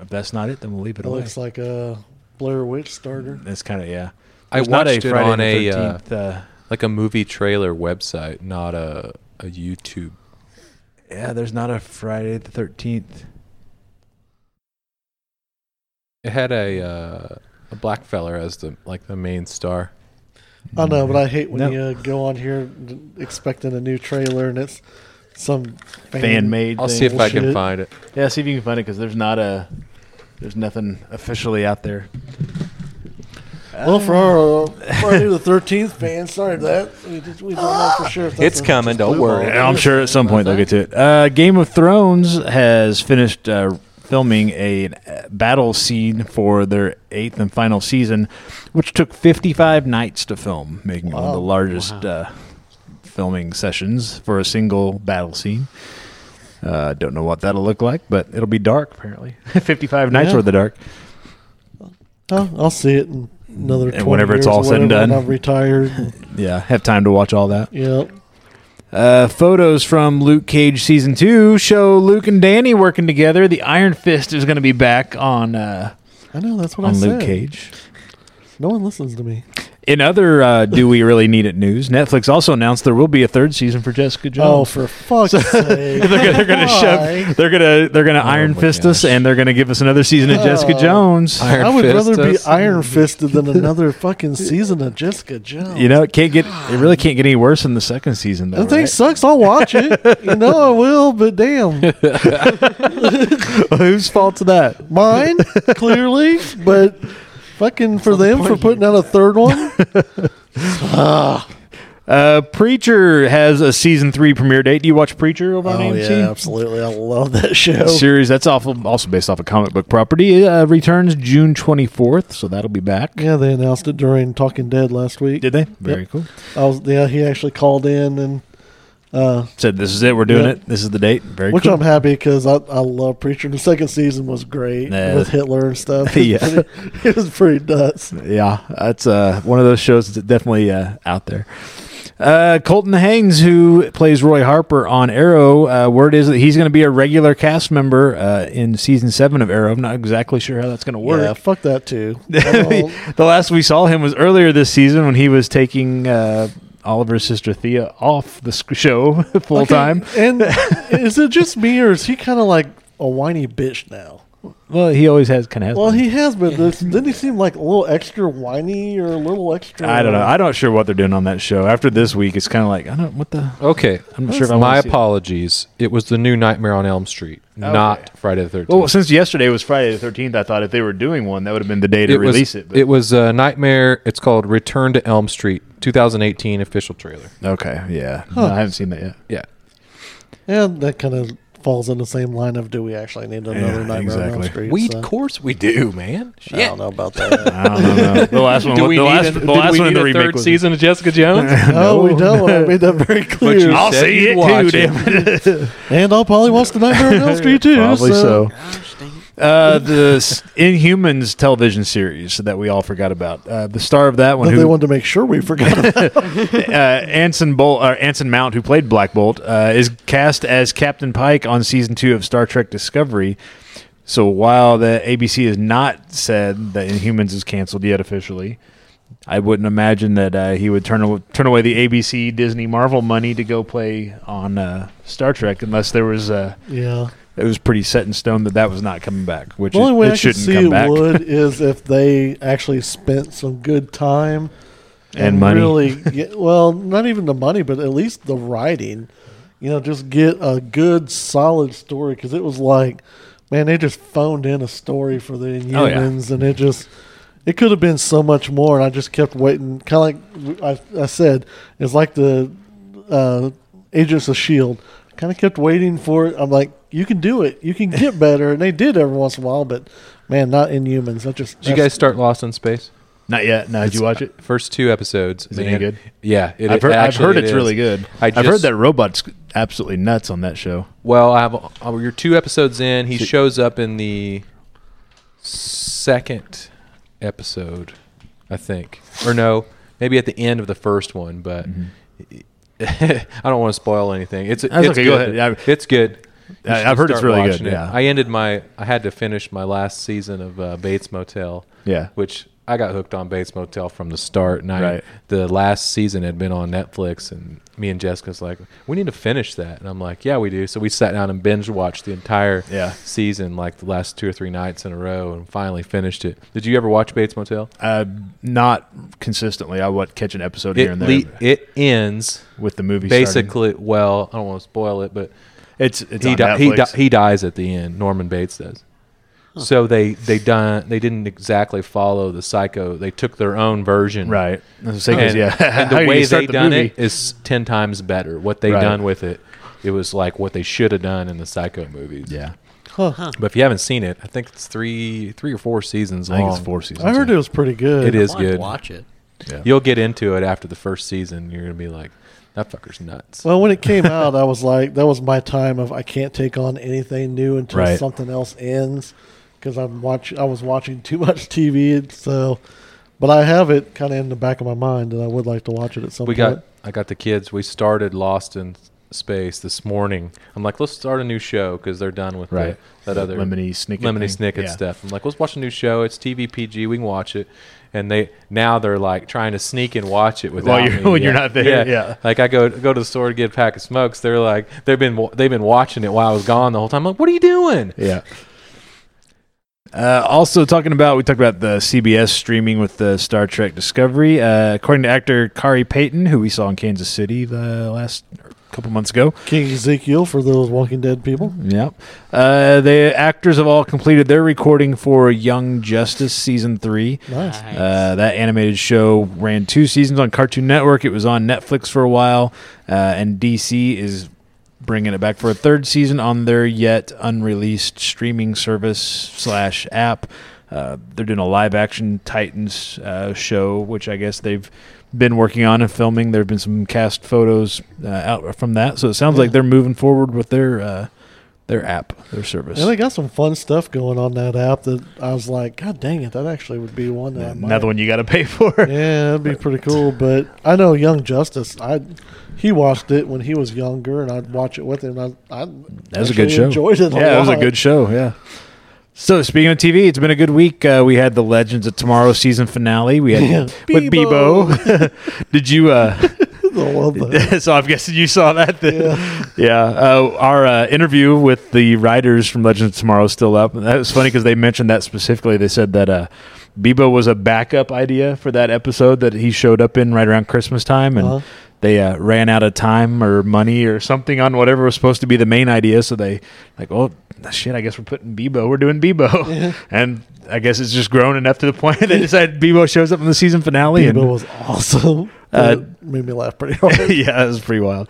If that's not it, then we'll leave it It alone. looks like a Blair Witch starter. That's kind of yeah. I There's watched not a it Friday on the a uh, 13th, uh, like a movie trailer website, not a a YouTube. yeah, there's not a Friday the Thirteenth. It had a uh, a black feller as the like the main star. I know, but I hate when Mm. No. you uh, go on here d- expecting a new trailer and it's some Fan made. I'll see if I can Bullshit. find it. Yeah, see if you can find it because there's not a there's nothing officially out there. Well, for our uh, Friday the Thirteenth fans, sorry for that we, just, we don't know for sure. If that's It's a- coming, just don't blue worry. ball. I'm sure at some point they'll get to it. Uh, Game of Thrones has finished uh, filming a an, uh, battle scene for their eighth and final season, which took 55 nights to film, making it one of the Wow. largest Wow. uh, filming sessions for a single battle scene. Uh, don't know what that'll look like, but it'll be dark apparently. 55 nights Yeah. worth of dark. I'll, I'll see it in another. And 20 whenever it's years or all said and whatever when done. I'm retired. Yeah, have time to watch all that. yep. Uh, photos from Luke Cage season two show Luke and Danny working together. The Iron Fist is going to be back on uh, I know that's what I on said. Luke Cage. No one listens to me. In other uh, do we really need it news, Netflix also announced there will be a third season for Jessica Oh, Jones. for fuck's sake! they're gonna, they're gonna Why? shove, they're gonna they're gonna Oh iron my fist us, gosh. and they're gonna give us another season of Jessica Oh. Jones. Iron I would Fist rather be us. iron fisted than another fucking season of Jessica Jones. You know, it can't get it really can't get any worse than the second season. Though, the thing right? sucks. I'll watch it. You know I will, but damn, Whose fault's that? mine clearly. But fucking for them for putting out a third one. Ah, Uh, Preacher has a season three premiere date. Do you watch Preacher over on Oh AMC? yeah, absolutely. I love that show. series that's awful, also based off a comic book property uh, returns June 24th, so that'll be back. Yeah, they announced it during Talking Dead last week. Did they? Very cool. I was yeah. He actually called in and Uh, Said this is it. We're doing Yeah. it. This is the date. Very which cool. I'm happy because I, I love Preacher. The second season was great Yeah. with Hitler and stuff. Yeah. it was pretty nuts. Yeah, that's uh, one of those shows that's definitely uh, out there. Uh, Colton Haynes, who plays Roy Harper on Arrow, uh, word is that he's going to be a regular cast member uh, in season seven of Arrow. I'm not exactly sure how that's going to Yeah, work. fuck that too. I don't- the last we saw him was earlier this season when he was taking uh, Oliver's sister Thea off the sc- show full Okay, time. And is it just me or is he kind of like a whiny bitch now? Well, he always has kind of. Well, he has been. This, didn't he seem like a little extra whiny or a little extra? I don't know. I'm not sure what they're doing on that show. After this week, it's kind of like I don't what the. Okay. I'm not sure if I My wanna see it. Oh, apologies. It was the new Nightmare on Elm Street, not Friday the 13th. Well, since yesterday was Friday the thirteenth, I thought if they were doing one, that would have been the day to it was, release it. But. It was uh, Nightmare. It's called Return to Elm Street 2018 official trailer. okay, yeah, no, I haven't seen that yet. Yeah. And that kind of falls in the same line of do we actually need another Yeah, nightmare on exactly. Elm Street? We, uh, so, of course we do, man. Oh, I don't know about that. I don't know. The last one, Do was- we the need last, an- the did last we one in need the a remake third was- season of Jessica Jones? no, Oh, we don't. I made that very clear. you- I'll said see you'd it watch too. it. Damn it. and I'll probably watch the Nightmare on Elm Street too. Probably so. Gosh, dang it. Uh, the s- Inhumans television series that we all forgot about. Uh, the star of that one, But they who, wanted to make sure we forgot. About uh, Anson Bolt or Anson Mount, who played Black Bolt, uh, is cast as Captain Pike on season two of Star Trek Discovery. So while the ABC has not said that Inhumans is canceled yet officially, I wouldn't imagine that uh, he would turn aw- turn away the ABC Disney Marvel money to go play on uh, Star Trek unless there was uh, yeah. it was pretty set in stone that that was not coming back, which the only it, way it I could shouldn't see come it back. would is if they actually spent some good time And money. Really, get, well, not even the money, but at least the writing. You know, just get a good, solid story because it was like, man, they just phoned in a story for the Oh, yeah. Inhumans, and it just. It could have been so much more, and I just kept waiting. Kind of like I, I said, it's like the uh, Agents of Shield. Kind of kept waiting for it. I'm like, you can do it. You can get better, and they did every once in a while. But man, not Inhumans. That just Did you guys that's- start Lost in Space? Not yet. No, did you watch it? First two episodes. Is it any man. good? Yeah. it- I've heard, I've actually heard it it's is. really good. I I've heard just- that robot's absolutely nuts on that show. Well, I have. Uh, you're two episodes in. He See- shows up in the second episode, I think, or no, maybe at the end of the first one. But I don't want to spoil anything. It's it's Mm-hmm. That's okay, good. go ahead. I- It's good. You I- I've should heard it's start really good, watching it. yeah. I ended my. I had to finish my last season of uh, Bates Motel. Yeah. Which I got hooked on Bates Motel from the start, and I, Right. the last season had been on Netflix, and me and Jessica's like, we need to finish that, and I'm like, yeah, we do. So we sat down and binge watched the entire Yeah. season, like the last two or three nights in a row, and finally finished it. Did you ever watch Bates Motel? Uh, not consistently. I would catch an episode here It and there le- it ends with the movie. basically. Well, I don't want to spoil it, but starting. it's it's he on di- he, di- Netflix. he dies at the end. Norman Bates does. So they they done they didn't exactly follow the psycho. They took their own version, right. I was saying, And, yeah. and How do the you way start they the done movie? it is ten times better. What they Right. done with it, it was like what they should have done in the Psycho movies. Yeah, Huh. But if you haven't seen it, I think it's three three or four seasons I think it's long. four seasons. I heard it was pretty good. It is I wanna good. Watch it. You'll get into it after the first season. You're gonna be like, that fucker's nuts. Well, when it came out, I was like, that was my time of I can't take on anything new until Right. something else ends because I'm watch I was watching too much TV, and so. But I have it kind of in the back of my mind, and I would like to watch it at some we point. got I got the kids. We started Lost in Space this morning. I'm like, let's start a new show because they're done with the- Right. that other Lemony Snicket Lemony thing. Snicket Yeah. stuff. I'm like, let's watch a new show. It's TV PG. We can watch it. And they now they're like trying to sneak and watch it without While you're- me. when you're not there, yeah. Like I go go to the store to get a pack of smokes. They're like they've been wa- they've been watching it while I was gone the whole time. I'm like, what are you doing? Yeah. Uh, also, talking about we talked about the CBS streaming with the Star Trek Discovery. Uh, according to actor Kari Payton, who we saw in Kansas City the last couple months ago, King Ezekiel for those Walking Dead people. Yep. Uh, the actors have all completed their recording for Young Justice season three. Nice. Nice. Uh, that animated show ran two seasons on Cartoon Network. It was on Netflix for a while, uh, and DC is bringing it back for a third season on their yet unreleased streaming service slash app. Uh, they're doing a live action Titans uh, show, which I guess they've been working on and filming. There have been some cast photos uh, out from that, so it sounds Yeah. like they're moving forward with their uh, their app, their service. And they got some fun stuff going on that app that I was like, God dang it, that actually would be one that I might. Another one you got to pay for. Yeah, that'd be pretty cool. But I know Young Justice. I he watched it when he was younger, and I'd watch it with him. I, I That was a good actually show. Enjoyed it. A yeah, it was a lot. good show. Yeah. So speaking of TV, it's been a good week. Uh, we had the Legends of Tomorrow season finale. We had Yeah. with Bebo. Bebo. Did you? Uh, I love that. so I'm guessing you saw that. Then. Yeah. Yeah, uh, our uh, interview with the writers from Legends of Tomorrow is still up. And that was funny because they mentioned that specifically. They said that uh, Bebo was a backup idea for that episode that he showed up in right around Christmas time, and Uh-huh. they uh, ran out of time or money or something on whatever was supposed to be the main idea. So they like, oh shit, I guess we're putting Bebo. We're doing Bebo, Yeah. and I guess it's just grown enough to the point they decided Bebo shows up in the season finale. and Bebo was awesome. Uh, It made me laugh pretty hard. yeah, it was pretty wild.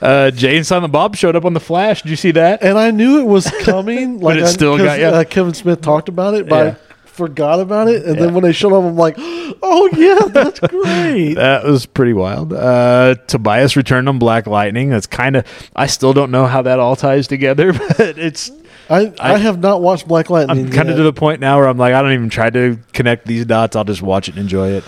Uh, Jay and Silent Bob showed up on the Flash. Did you see that? and I knew it was coming. Like it I- still 'cause, got ya. uh, Kevin Smith talked about it, but Yeah. I forgot about it. And Yeah. then when they showed up, I'm like, oh yeah, that's great. That was pretty wild. Uh, Tobias returned on Black Lightning. That's kind of. I still don't know how that all ties together, but it's. I, I I- have not watched Black Lightning. I'm kind of yet. to the point now where I'm like, I don't even try to connect these dots. I'll just watch it and enjoy it.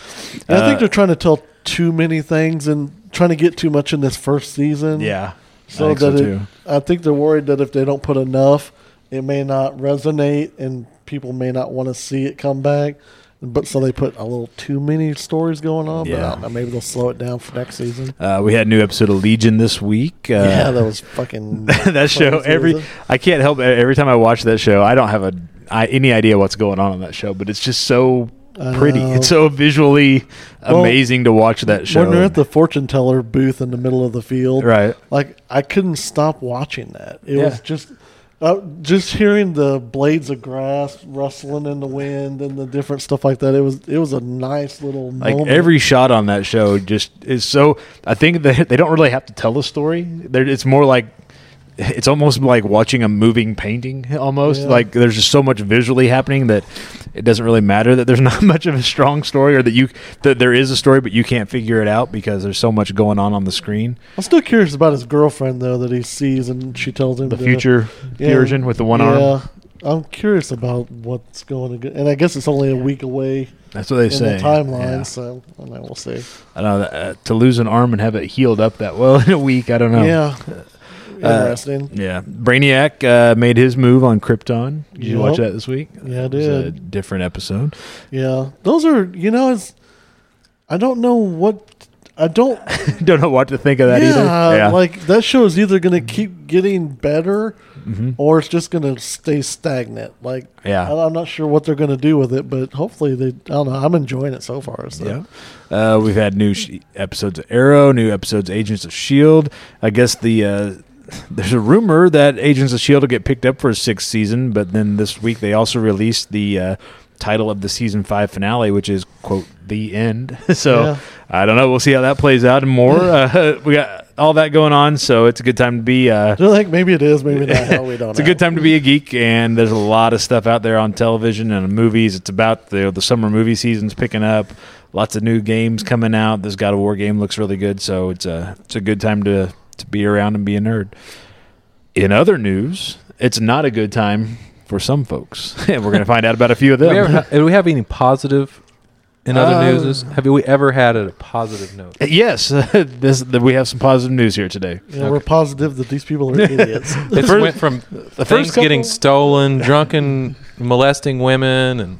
And I Uh, think they're trying to tell too many things and trying to get too much in this first season. yeah. I So think that so it, too. I think they're worried that if they don't put enough, it may not resonate and people may not want to see it come back. But so they put a little too many stories going on. But I Yeah. don't know, maybe they'll slow it down for next season. Uh, we had a new episode of Legion this week. Uh, yeah, that was fucking that show crazy, every isn't it? I can't help it. every time I watch that show I don't have a I, any idea what's going on on that show but it's just so I pretty know. it's so visually Well, amazing to watch that show When they're at the fortune teller booth in the middle of the field, right like I couldn't stop watching that. It Yeah. was just uh, just hearing the blades of grass rustling in the wind and the different stuff like that. It was it was a nice little like moment. every shot on that show just is so I think they, they don't really have to tell a story They're, it's more like it's almost like watching a moving painting almost Yeah. like there's just so much visually happening that it doesn't really matter that there's not much of a strong story or that you that there is a story but you can't figure it out because there's so much going on on the screen I'm still curious about his girlfriend though that he sees and she tells him the to- future Yeah. version with the one arm. I'm curious about what's going to go, and I guess it's only a week away That's what they in say. the timeline. Yeah. So I don't know, we'll see. I know that, uh, to lose an arm and have it healed up that well in a week. I don't know. Yeah, interesting. Yeah. Brainiac uh, made his move on Krypton. Did you watch Yup. that this week? Yeah, I It was a did. different episode. Yeah, those are you know. It's I don't know what I don't don't know what to think of that either. like that show is either going to keep getting better Mhm. or it's just going to stay stagnant. Like, Yeah. I- I'm not sure what they're going to do with it, but hopefully they. I don't know. I'm enjoying it so far. So. Yeah. Uh, we've had new sh- episodes of Arrow, new episodes of Agents of S.H.I.E.L.D. I guess the. Uh, there's a rumor that Agents of S.H.I.E.L.D. E will get picked up for a sixth season, but then this week they also released the uh, title of the season five finale, which is, quote, the end. so Yeah. I don't know. We'll see how that plays out and more. Uh, we got all that going on, so it's a good time to be. Uh, I think maybe it is, maybe not. Hell, we don't. it's a good time to be a geek, and there's a lot of stuff out there on television and movies. It's about the the summer movie season's picking up. Lots of new games coming out. This God of War game looks really good, so it's a it's a good time to to be around and be a nerd. In other news, it's not a good time for some folks, and we're going to find out about a few of Do we, them. ever, do we have any positive in other Uh, news? Have we ever had a positive note? yes, this we have some positive news here today. Yeah, We're positive that these people are idiots. It first- went from The things first couple- getting stolen, drunken, molesting women, and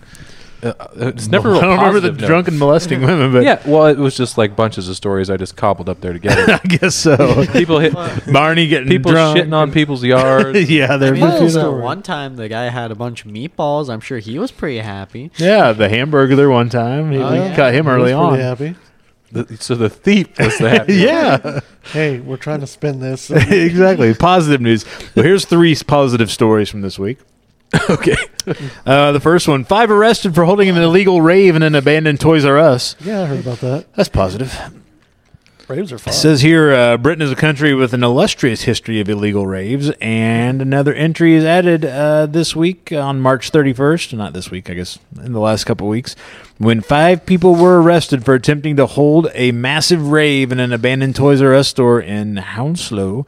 uh, it's I never. real don't remember the positive note. drunken molesting women, but yeah, well, it was just like bunches of stories I just cobbled up there together. I guess so. people hit Barney getting people drunk. shitting on people's yards. yeah, I there's mean, a few that of them. one time the guy had a bunch of meatballs. I'm sure he was pretty happy. Yeah, the hamburglar one time. He, Oh, we yeah. caught him I Uh, was early pretty on. Happy. The- so the thief was the happy. Yeah, Hey, we're trying to spin this. exactly. Positive news. Well, here's three s- positive stories from this week. okay. Uh, the first one five arrested for holding an illegal rave in an abandoned Toys R Us. yeah, I heard about that. That's positive. Raves are fun. It says here uh, Britain is a country with an illustrious history of illegal raves, and another entry is added uh, this week on March 31st. Not this week, I guess, in the last couple weeks, when five people were arrested for attempting to hold a massive rave in an abandoned Toys R Us store in Hounslow,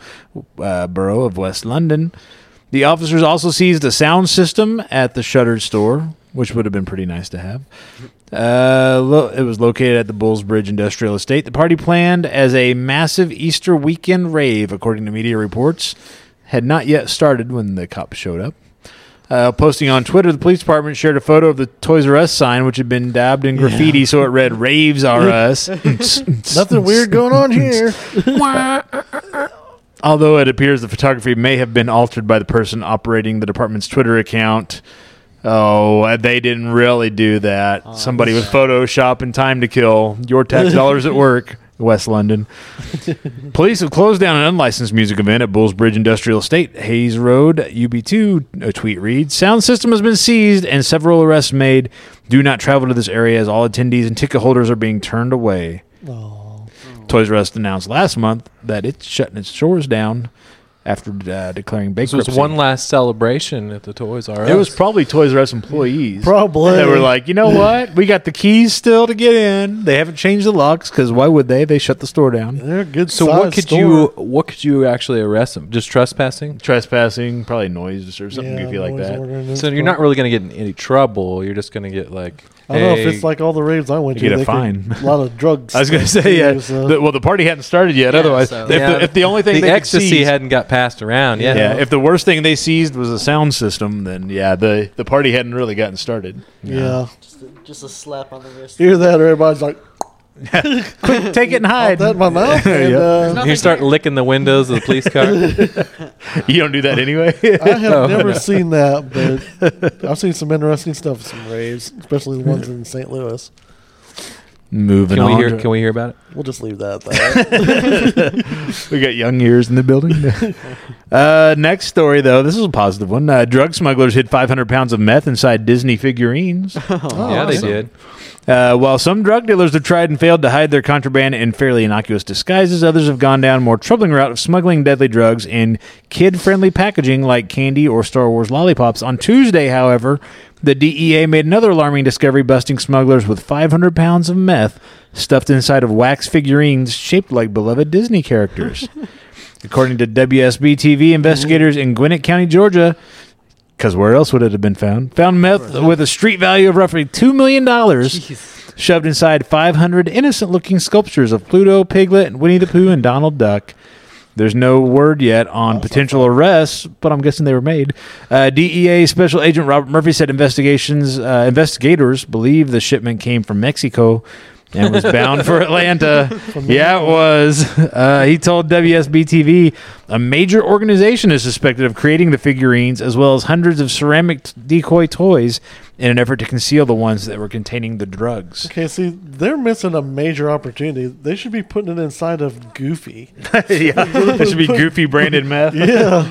uh, borough of West London. The officers also seized a sound system at the shuttered store, which would have been pretty nice to have. Uh, lo- it was located at the Bulls Bridge Industrial Estate. The party planned as a massive Easter weekend rave, according to media reports. Had not yet started when the cops showed up. Uh, posting on Twitter, the police department shared a photo of the Toys R Us sign, which had been dabbed in graffiti, so it read "Raves R Us." Nothing weird going on here. Although it appears the photography may have been altered by the person operating the department's Twitter account. Oh, they didn't really do that. Oh, Somebody with that's Photoshop and time to kill. Your tax dollars at work. West London. Police have closed down an unlicensed music event at Bulls Bridge Industrial Estate, Hayes Road, UB2. A tweet reads Sound system has been seized and several arrests made. Do not travel to this area as all attendees and ticket holders are being turned away. Oh. Toys R Us announced last month that it's shutting its stores down after uh, declaring This bankruptcy. was one last celebration at the Toys R Us. It was probably Toys R Us employees. Probably. They were like, you know what? We got the keys still to get in. They haven't changed the locks because why would they? They shut the store down. They're a good. so what could you what could you actually arrest them? Just trespassing? Trespassing, probably noise or something goofy like that. So you're not really going to get in any trouble. You're just going to get like I don't know if hey, it's like all the raves I went You to. get a they could- fine. A lot of drugs. I was uh, gonna stuff, say, yeah. too, so- the- well, the party hadn't started yet. Yeah, otherwise, so- if, the, if the only thing the they could ecstasy seize- hadn't got passed around. Yeah. yeah, if the worst thing they seized was a sound system, then yeah, the the party hadn't really gotten started. yeah. Just a, just a slap on the wrist. Hear that? Everybody's like, Quick, take it and pop hide. that in my mouth. And, Yep. uh, You start licking the windows of the police car. You don't do that anyway. I have Oh, No, never no. seen that, but I've seen some interesting stuff, at some raves, especially the ones in St. Louis. Moving can we on. hear? Can we hear about it? We'll just leave that. at that. we got young years in the building. uh, next story, though, this is a positive one. Uh, drug smugglers hid 500 pounds of meth inside Disney figurines. yeah, they Oh, awesome. did. Uh, while some drug dealers have tried and failed to hide their contraband in fairly innocuous disguises, others have gone down a more troubling route of smuggling deadly drugs in kid friendly packaging like candy or Star Wars lollipops. On Tuesday, however, the DEA made another alarming discovery, busting smugglers with 500 pounds of meth stuffed inside of wax figurines shaped like beloved Disney characters. According to WSB TV, investigators in Gwinnett County, Georgia, because where else would it have been found? Found meth with a street value of roughly $2 million Jeez. shoved inside 500 innocent looking sculptures of Pluto, Piglet, and Winnie the Pooh and Donald Duck. There's no word yet on potential arrests, but I'm guessing they were made. Uh, DEA Special Agent Robert Murphy said investigations uh, investigators believe the shipment came from Mexico and was bound for Atlanta. yeah, it was. Uh, he told WSB TV a major organization is suspected of creating the figurines as well as hundreds of ceramic t- decoy toys in an effort to conceal the ones that were containing the drugs. okay, see, they're missing a major opportunity. They should be putting it inside of Goofy. yeah, that should be goofy branded meth. Yeah.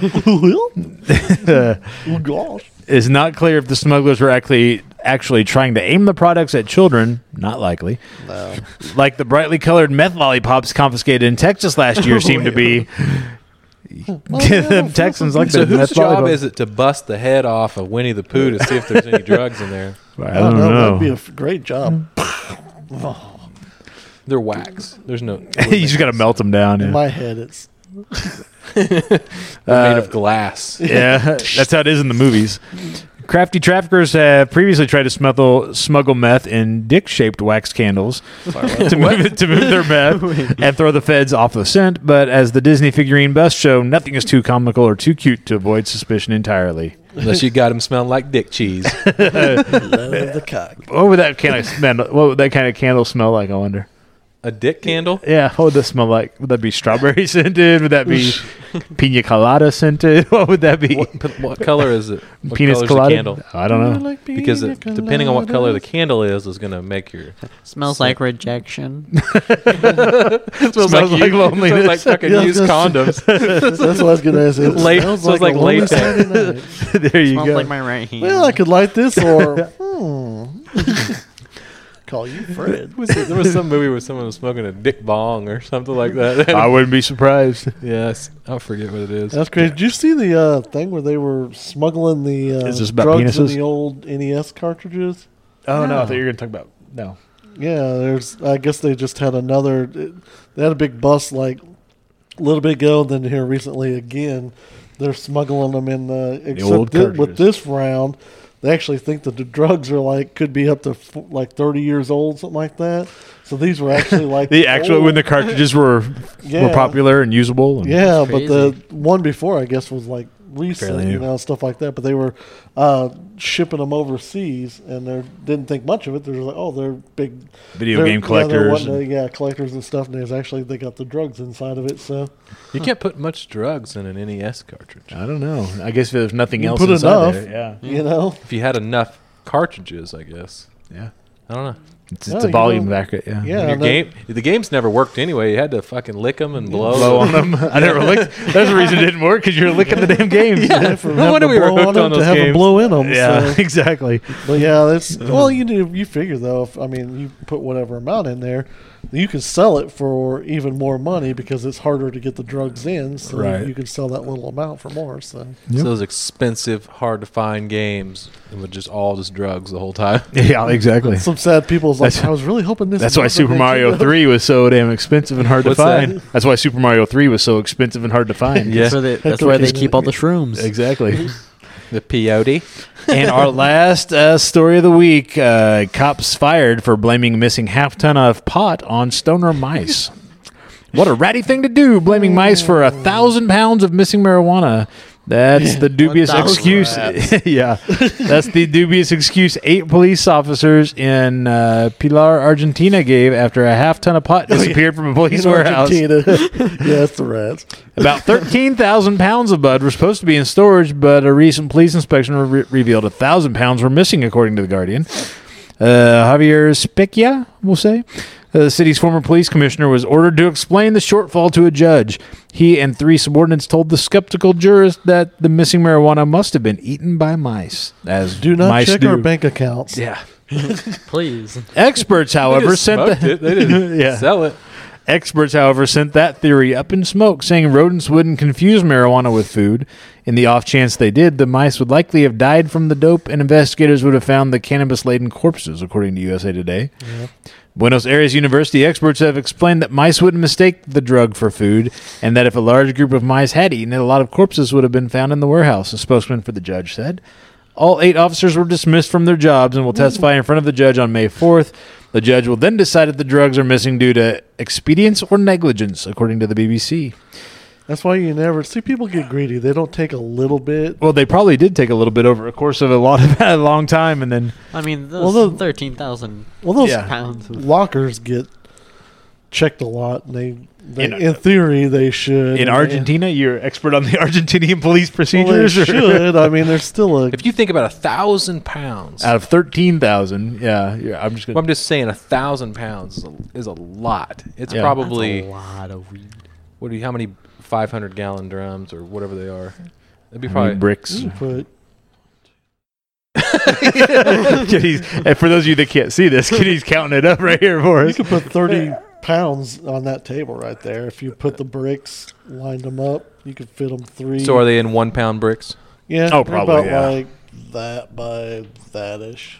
oh gosh. It's not clear if the smugglers were actually actually trying to aim the products at children. Not likely. No. Like the brightly colored meth lollipops confiscated in Texas last year seem to be. Them Texans like So the whose meth job lollipop. is it to bust the head off of Winnie the Pooh to see if there's any drugs in there? I don't That'd be a know. f- great job. They're wax. There's no. you just gotta melt them down. In Yeah. my head, it's They're made Uh, of glass. yeah, that's how it is in the movies. Crafty traffickers have previously tried to smuggle smuggle meth in dick-shaped wax candles to move to move their meth and throw the feds off the scent. But as the Disney figurine bust show, nothing is too comical or too cute to avoid suspicion entirely. Unless you got them smelling like dick cheese. love the cock. What would that kind of smell? What would that kind of candle smell like? I wonder. A dick candle? Yeah, what would that smell like? Would that be strawberry scented? Would that be pina colada scented? What would that be? What, p- what color is it? What Penis color's colada? the candle? I don't know. Because it, depending on what color the candle is, is going to make your Smells like rejection. Smells like loneliness. Smells like fucking Yeah, used that's- condoms. That's what I was gonna say. It La- smells smells like, like a lonely latex. Saturday night. there you Smells go. like my right hand. Well, I could light this, or hmm, call you Fred. Was it- there was some movie where someone was smoking a dick bong or something like that. I wouldn't be surprised. yes, I forget what it is. That's crazy. Did you see the uh, thing where they were smuggling the uh, Is this about drugs in penises? the old NES cartridges? Oh no, I No. thought you were gonna talk about no. Yeah, there's. I guess they just had another. They had a big bust like a little bit ago, and then here recently again, they're smuggling them in the. Except old thi- cartridges. with this round, they actually think that the drugs are like could be up to f- like 30 years old, something like that. So these were actually like The actual old- when the cartridges were were Yeah. popular and usable. And Yeah, That's but the one before, I guess, was like recent, Fairly you new. know, stuff like that. But they were uh, shipping them overseas, and they didn't think much of it. They're just like, oh, they're big Video they're- game yeah, they're collectors. wanting to- Yeah, collectors and stuff. And there's actually they got the drugs inside of it. So You can't put much drugs in an NES cartridge. I don't know. I guess if there's nothing You else put inside enough. there, yeah, Hmm. you know, If you had enough cartridges, I guess. yeah. I don't know. It's, No, it's a you volume know. back. Yeah, Yeah, Your and that- game, the games never worked anyway. You had to fucking lick them and blow. Blow Oh. on them. I never licked. That's the reason it didn't work because you're licking the damn games. Yeah. from No having wonder to we were blow hooked them on to those have them games. blow in them. Yeah, so- exactly. but yeah, that's well, you do. You figure though, if, I mean, you put whatever amount in there, you can sell it for even more money because it's harder to get the drugs in. So Right. you can sell that little amount for more. So Yep. So those expensive, hard to find games and with just all just drugs the whole time. Yeah, exactly. some sad people's like, That's- I was really hoping this. That's is why what Super they Mario do." 3 was so damn expensive and hard What's to that? find. That's why Super Mario 3 was so expensive and hard to find. Yeah. That's where they, that's where they keep all the shrooms. Exactly. The peyote. and our last uh, story of the week uh, cops fired for blaming missing half ton of pot on stoner mice. What a ratty thing to do, blaming mice for a thousand pounds of missing marijuana. That's the dubious 1,000 excuse. yeah, that's the dubious excuse eight police officers in uh, Pilar, Argentina gave after a half ton of pot disappeared from a police Oh, In warehouse. Argentina. yeah, that's the rats. About 13,000 pounds of bud were supposed to be in storage, but a recent police inspection re- revealed 1,000 pounds were missing, according to The Guardian. Uh, Javier Specchia, we'll say, uh, the city's former police commissioner, was ordered to explain the shortfall to a judge. He and three subordinates told the skeptical jurist that the missing marijuana must have been eaten by mice. As Do not mice check do. our bank accounts. Yeah. Please. Experts, They however, just sent smoked the it. They didn't Yeah. sell it. Experts, however, sent that theory up in smoke, saying rodents wouldn't confuse marijuana with food. In the off chance they did, the mice would likely have died from the dope, and investigators would have found the cannabis laden corpses, according to USA Today. Buenos Aires University experts have explained that mice wouldn't mistake the drug for food, and that if a large group of mice had eaten it, a lot of corpses would have been found in the warehouse, a spokesman for the judge said. All eight officers were dismissed from their jobs and will testify in front of the judge on May 4th. The judge will then decide if the drugs are missing due to expedience or negligence, according to the BBC. That's why you never see people get greedy. They don't take a little bit. Well, they probably did take a little bit over a course of a lot of a long time, and then I mean, Well, those the- 13,000 Well, those Yeah. pounds. Of, lockers get checked a lot, and they, they In- in, theory they should. in and they- Argentina, you're expert on the Argentinian police well, they procedures. or- should. I mean, there's still a If you think about a thousand pounds, out of thirteen thousand, yeah, yeah, I'm just well, gonna. I'm just saying a thousand pounds is a, is a lot. It's Yeah. that's probably a lot of weed. what do you, how many 500 gallon drums or whatever they are. It'd I be mean, probably bricks. input. Kitty's- and for those of you that can't see this, Kitty's counting it up right here for You us. could put 30 pounds on that table right there if you put the bricks, lined them up. You could fit them three. So are they in one pound bricks? Yeah, Oh, they're probably, About yeah. like that by that ish.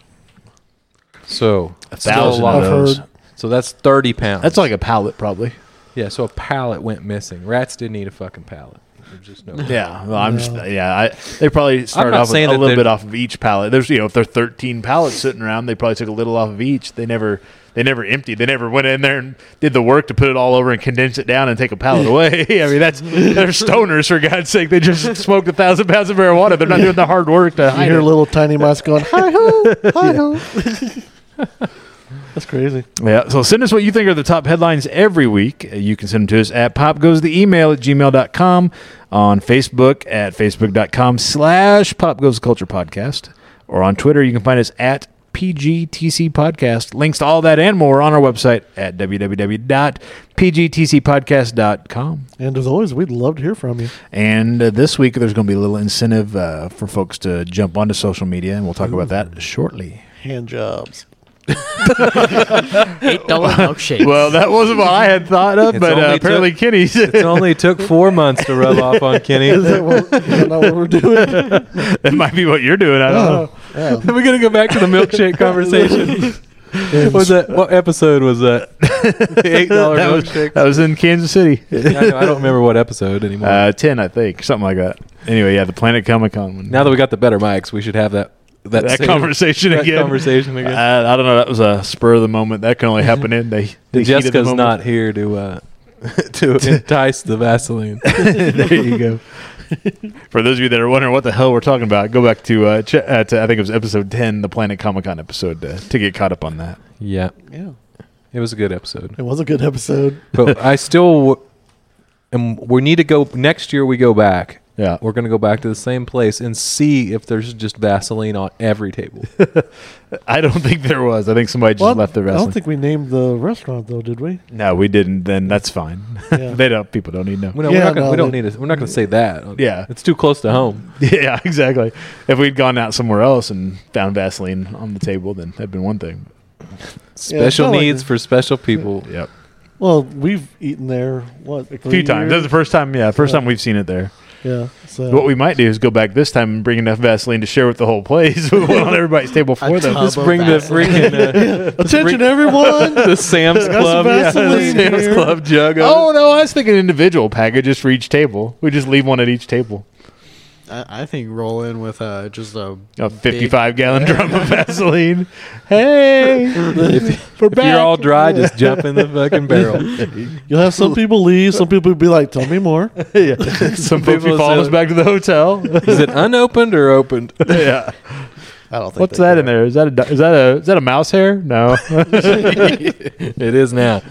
So A still thousand lot. of I've those. heard. So that's 30 pounds. That's like a pallet, probably. yeah. So a pallet went missing. Rats didn't eat a fucking pallet. There's just no. Yeah, well, I'm just No. yeah. I, they probably started not off with saying a that little they're- bit off of each pallet. There's you know if there are 13 pallets sitting around, they probably took a little off of each. They never they never emptied. They never went in there and did the work to put it all over and condense it down and take a pallet away. I mean that's they're stoners for God's sake. They just smoked a thousand pounds of marijuana. They're not doing the hard work to You hide hear it. little tiny mice going, hi ho, hi ho. That's crazy. Yeah. So send us what you think are the top headlines every week. Uh, You can send them to us at popgoestheemail at gmail.com, on Facebook at facebook.com slash popgoesculture podcast, or on Twitter. You can find us at PGTC Podcast. Links to all that and more on our website at www.pgtcpodcast.com. And as always, we'd love to hear from you. And uh, this week, there's going to be a little incentive uh, for folks to jump onto social media, and we'll talk about that shortly. Hand jobs. Eight dollar milkshakes. Well, that wasn't what I had thought of, It's but only uh, took- apparently Kenny said It only took four months to rub off on Is Kenny. that what, is that not what we're doing? that might be what you're doing. I don't know. Oh, yeah. We're gonna go back to the milkshake conversation. And What was that? What episode was that? Eight dollar That was- milkshake. That was in Kansas City. I, know, I don't remember what episode anymore. Uh, 10, I think, something like that. Anyway, yeah, the Planet Comic Con one. now that we got the better mics, we should have that that, that same- conversation that again. conversation again. Uh, I don't know. That was a spur of the moment. That can only happen in the, the heat of the Jessica's moment. not here to uh, to entice the Vaseline. there you go. For those of you that are wondering what the hell we're talking about, go back to, uh, ch- uh, to I think it was episode 10, the Planet Comic Con episode, uh, to get caught up on that. Yeah, yeah, it was a good episode, it was a good episode. but I still w- and we need to go next year. We go back. Yeah. We're gonna go back to the same place and see if there's just Vaseline on every table. I don't think there was. I think somebody just Well, left the I wrestling. don't think we named the restaurant though, did we? no, we didn't. Then that's fine. Yeah. they don't. People don't need to know. We, don't- Yeah, we're not gonna, no, we don't they- need to. We're not gonna say that. Yeah. it's too close to home. Yeah, exactly. If we'd gone out somewhere else and found Vaseline on the table, then that'd been one thing. Special not like needs a- for special people. Yep. Well, we've eaten there what A few times. That's the first time. Yeah, first Yeah. time we've seen it there. yeah. So What we might do is go back this time and bring enough Vaseline to share with the whole place. we want on everybody's table for them. tub. Just bring the Vaseline. freaking uh, attention bring- everyone. the Sam's Got some Club. Vaseline the Sam's here. Club jug. of Oh no, I was thinking individual packages for each table. We just leave one at each table. I, I think roll in with uh, just a A fifty-five gallon drum of Vaseline. Hey, We're If you're all dry, just jump in the fucking barrel. You'll have some people leave. Some people be like, "Tell me more." yeah. some folks people follow us said- back to the hotel. Is it unopened or opened? yeah. I don't think. What's that in there? Is that a is that a is that a mouse hair? No. It is now.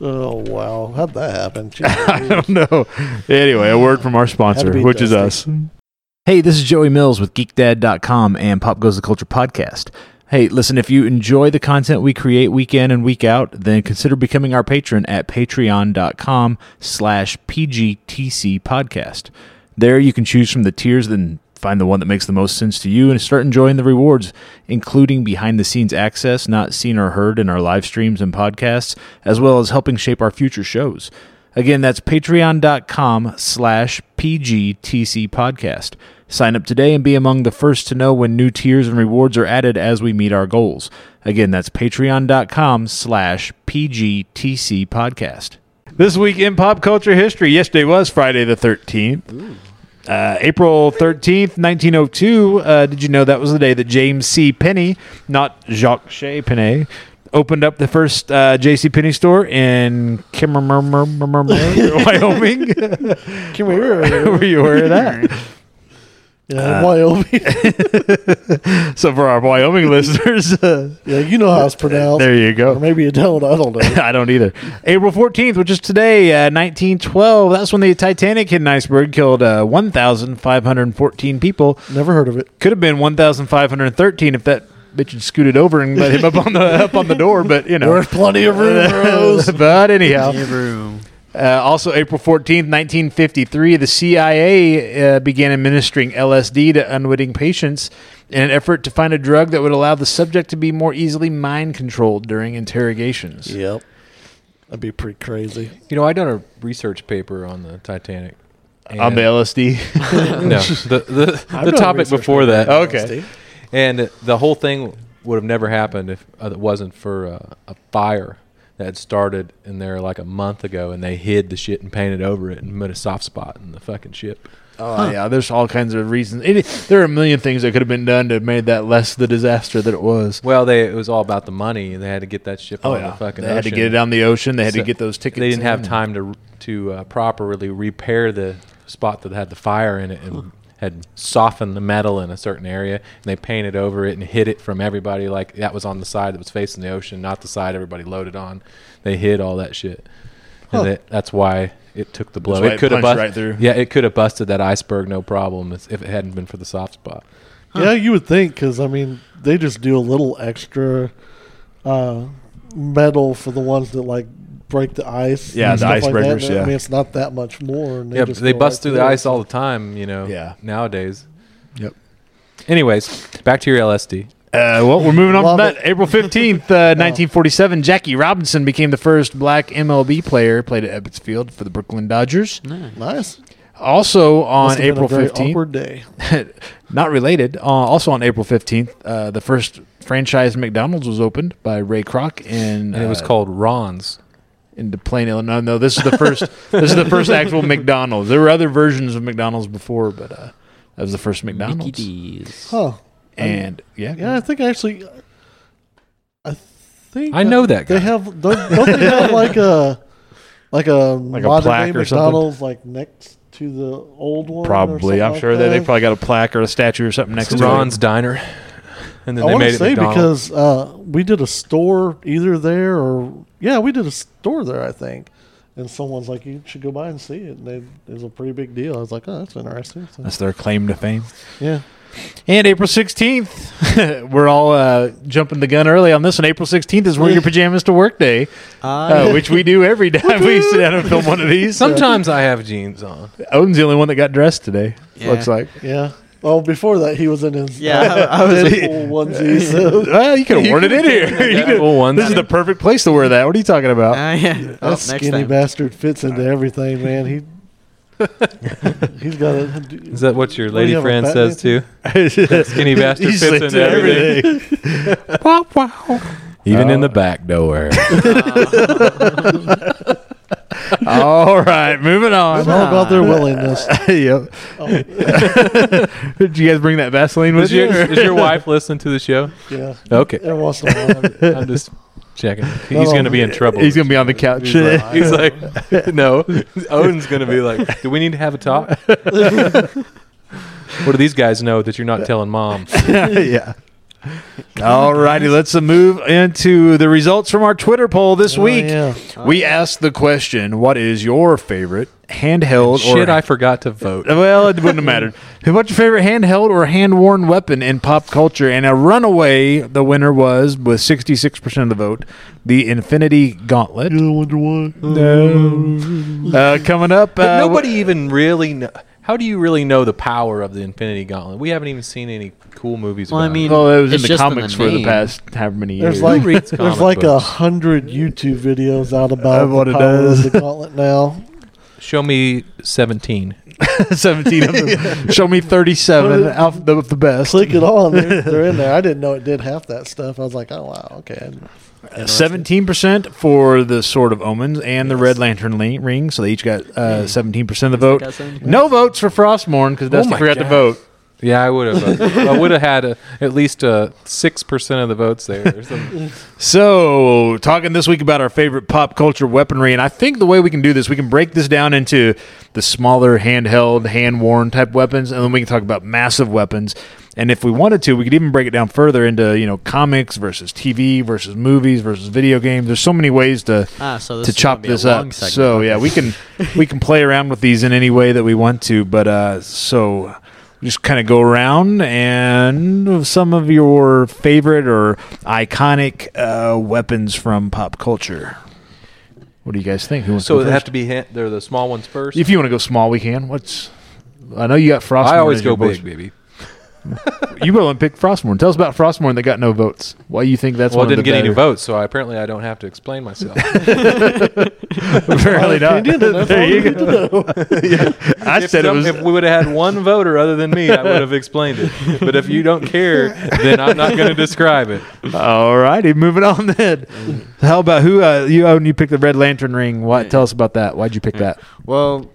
Oh wow, how'd that happen? I don't know. Anyway, a word from our sponsor, Had to be which is us. Dusty. Hey, this is Joey Mills with GeekDad.com and Pop Goes the Culture podcast. Hey, listen, if you enjoy the content we create week in and week out, then consider becoming our patron at patreon.com slash PGTC podcast. There you can choose from the tiers and find the one that makes the most sense to you and start enjoying the rewards, including behind the scenes access not seen or heard in our live streams and podcasts, as well as helping shape our future shows. Again, that's patreon.com slash PGTC podcast. Sign up today and be among the first to know when new tiers and rewards are added as we meet our goals. Again, that's patreon.com slash PGTC podcast. This week in pop culture history, yesterday was Friday the 13th. Uh, April 13th, 1902. Uh, did you know that was the day that James C. Penney, not Jacques Shea Penney, opened up the first uh, J.C. Penney store in Kimmermer, Wyoming? Can we? Yeah, Were you aware of that? in Wyoming. So for our Wyoming listeners, uh, yeah, you know how it's pronounced. there you Or go. maybe you don't. I don't know. I don't either. April 14th, which is today, uh, 1912. That's when the Titanic hit an iceberg, killed uh, 1,514 people. Never heard of it. Could have been 1,513 if that bitch had scooted over and let him up on the up on the door, but you know. There's plenty of room, Rose. but anyhow, room. Uh, also, April 14th, 1953, the CIA uh, began administering LSD to unwitting patients in an effort to find a drug that would allow the subject to be more easily mind controlled during interrogations. Yep. That'd be pretty crazy. You know, I done a research paper on the Titanic. On and- the LSD. No, the the, I've the done topic research before on that, okay. and the whole thing would have never happened if uh, it wasn't for uh, a fire that had started in there like a month ago, and they hid the shit and painted over it and put a soft spot in the fucking ship. Oh, yeah. There's all kinds of reasons. It, there are a million things that could have been done to have made that less the disaster that it was. Well, they it was all about the money, and they had to get that ship on the fucking. Oh, They had to ocean. get it on the ocean. They had to So get those tickets. They didn't have in. time to to uh, properly repair the spot that had the fire in it and had softened the metal in a certain area. And they painted over it and hid it from everybody. Like that was on the side that was facing the ocean, not the side everybody loaded on. They hid all that shit, and that, that's why it took the blow. why it could have punched bust- right through. Yeah, it could have busted that iceberg no problem if it hadn't been for the soft spot. Yeah, you would think because I mean they just do a little extra uh, metal for the ones that like break the ice. Yeah, and the stuff like that. icebreakers, yeah. I mean it's not that much more. And they yeah, just they go bust right through the it. ice all the time, you know. Yeah. Nowadays. Yep. Anyways, back to your LSD. Uh, well, we're moving on Love from that. it. April 15th, uh, 1947, Jackie Robinson became the first black MLB player, played at Ebbets Field for the Brooklyn Dodgers. Nice. Also on Must have been April a very 15th, Awkward day. not related. Uh, also on April 15th, uh, the first franchise McDonald's was opened by Ray Kroc in and it was uh, called Ron's. in De Plain, Illinois. No, this is the first. this is the first actual McDonald's. There were other versions of McDonald's before, but uh, that was the first McDonald's. Huh. And yeah, Yeah, I think actually, I think I know that guy. they have don't, don't they have like a like a Like a modern plaque day or something? McDonald's like next to the old one. or probably. something I'm like sure that they that? probably got a plaque or a statue or something next to Ron's it. Diner. And then I they want made to it say McDonald's. because uh, we did a store either there or yeah, we did a store there, I think. And someone's like, "You should go by and see it." And they, it was a pretty big deal. I was like, "Oh, that's interesting." So, That's their claim to fame. yeah, And April 16th, we're all uh, jumping the gun early on this one. April 16th is wear your pajamas to work day, Oh, oh, uh, which we do every time we sit down and film one of these. Sometimes I have jeans on. Odin's the only one that got dressed today. Yeah. Looks like. yeah. Well, before that, he was in his Yeah, uh, I- I was- Deadpool onesie. So. Well, you could have worn it in here. You could've- Well, one- this is the perfect place to wear that. What are you talking about? Ah, yeah. That Well, next skinny time. bastard fits into everything, man. He he's got a Is that what your What, do lady you have a friend fat says man? too? Skinny bastard He's fits like, into everything. wow, wow. Even in the back door. All right, moving It's on. all about their willingness. yep. Did you guys bring that Vaseline with Does you? your, does your wife listen to the show? Yeah, Okay. every once in a while. I'm just checking. He's going to be in trouble. He's gonna be on the couch. He's like, he's like, no. Owen's gonna be like, do we need to have a talk? what do these guys know that you're not telling mom? yeah. All righty, let's uh, move into the results from our Twitter poll this Oh, week. yeah. We asked the question, "What is your favorite handheld Shit, or I forgot to vote. Well, it wouldn't have mattered. What's your favorite handheld or hand worn weapon in pop culture? And a runaway, the winner was, with 66% of the vote, the Infinity Gauntlet. You wonder why? Uh, coming up. But uh, nobody even really. Know, how do you really know the power of the Infinity Gauntlet? We haven't even seen any cool movies. Well, I about it. mean- Well, it was It's in the just in the comics for the name. past however many years. There's like reads there's comic like a books? hundred YouTube videos out about Of what the it power does. of the gauntlet now. show me seventeen. 17 of them. Show me 37 of the, the best. Click it on, they're, they're in there. I didn't know it did half that stuff. I was like, oh wow, okay. I didn't- Seventeen percent for the Sword of Omens and the Red Lantern li- Ring, so they each got uh, seventeen percent of the Got vote. 17%. No votes for Frostmourne because Oh Dusty my forgot to gosh. vote. Yeah, I would have. I would have had a, at least six percent of the votes there. Or something. So, talking this week about our favorite pop culture weaponry, and I think the way we can do this, we can break this down into the smaller handheld, hand worn type weapons, and then we can talk about massive weapons. And if we wanted to, we could even break it down further into you know comics versus TV versus movies versus video games. There's so many ways to Ah, so this to is gonna chop be a this long up. segment. So yeah, we can we can play around with these in any way that we want to. But uh, so just kind of go around and some of your favorite or iconic uh, weapons from pop culture. What do you guys think? Who wants So to it go have first? to be. hand- They're the small ones first. if you want to go small, we can. What's I know you got Frostmourne. I always as your go big, voice. baby. You go and pick Frostmourne. Tell us about Frostmourne that got no votes. Why you think that's well, I one of didn't the get any better- votes, so I, apparently I don't have to explain myself. Apparently not. Opinion, and that's all There you you go. need to know. I if, said it some- was. if we would have had one voter other than me, I would have explained it. But if you don't care, then I'm not going to describe it. All righty, moving on then. How about who uh, you own? You picked the Red Lantern ring. Why? Tell us about that. Why'd you pick that? Well,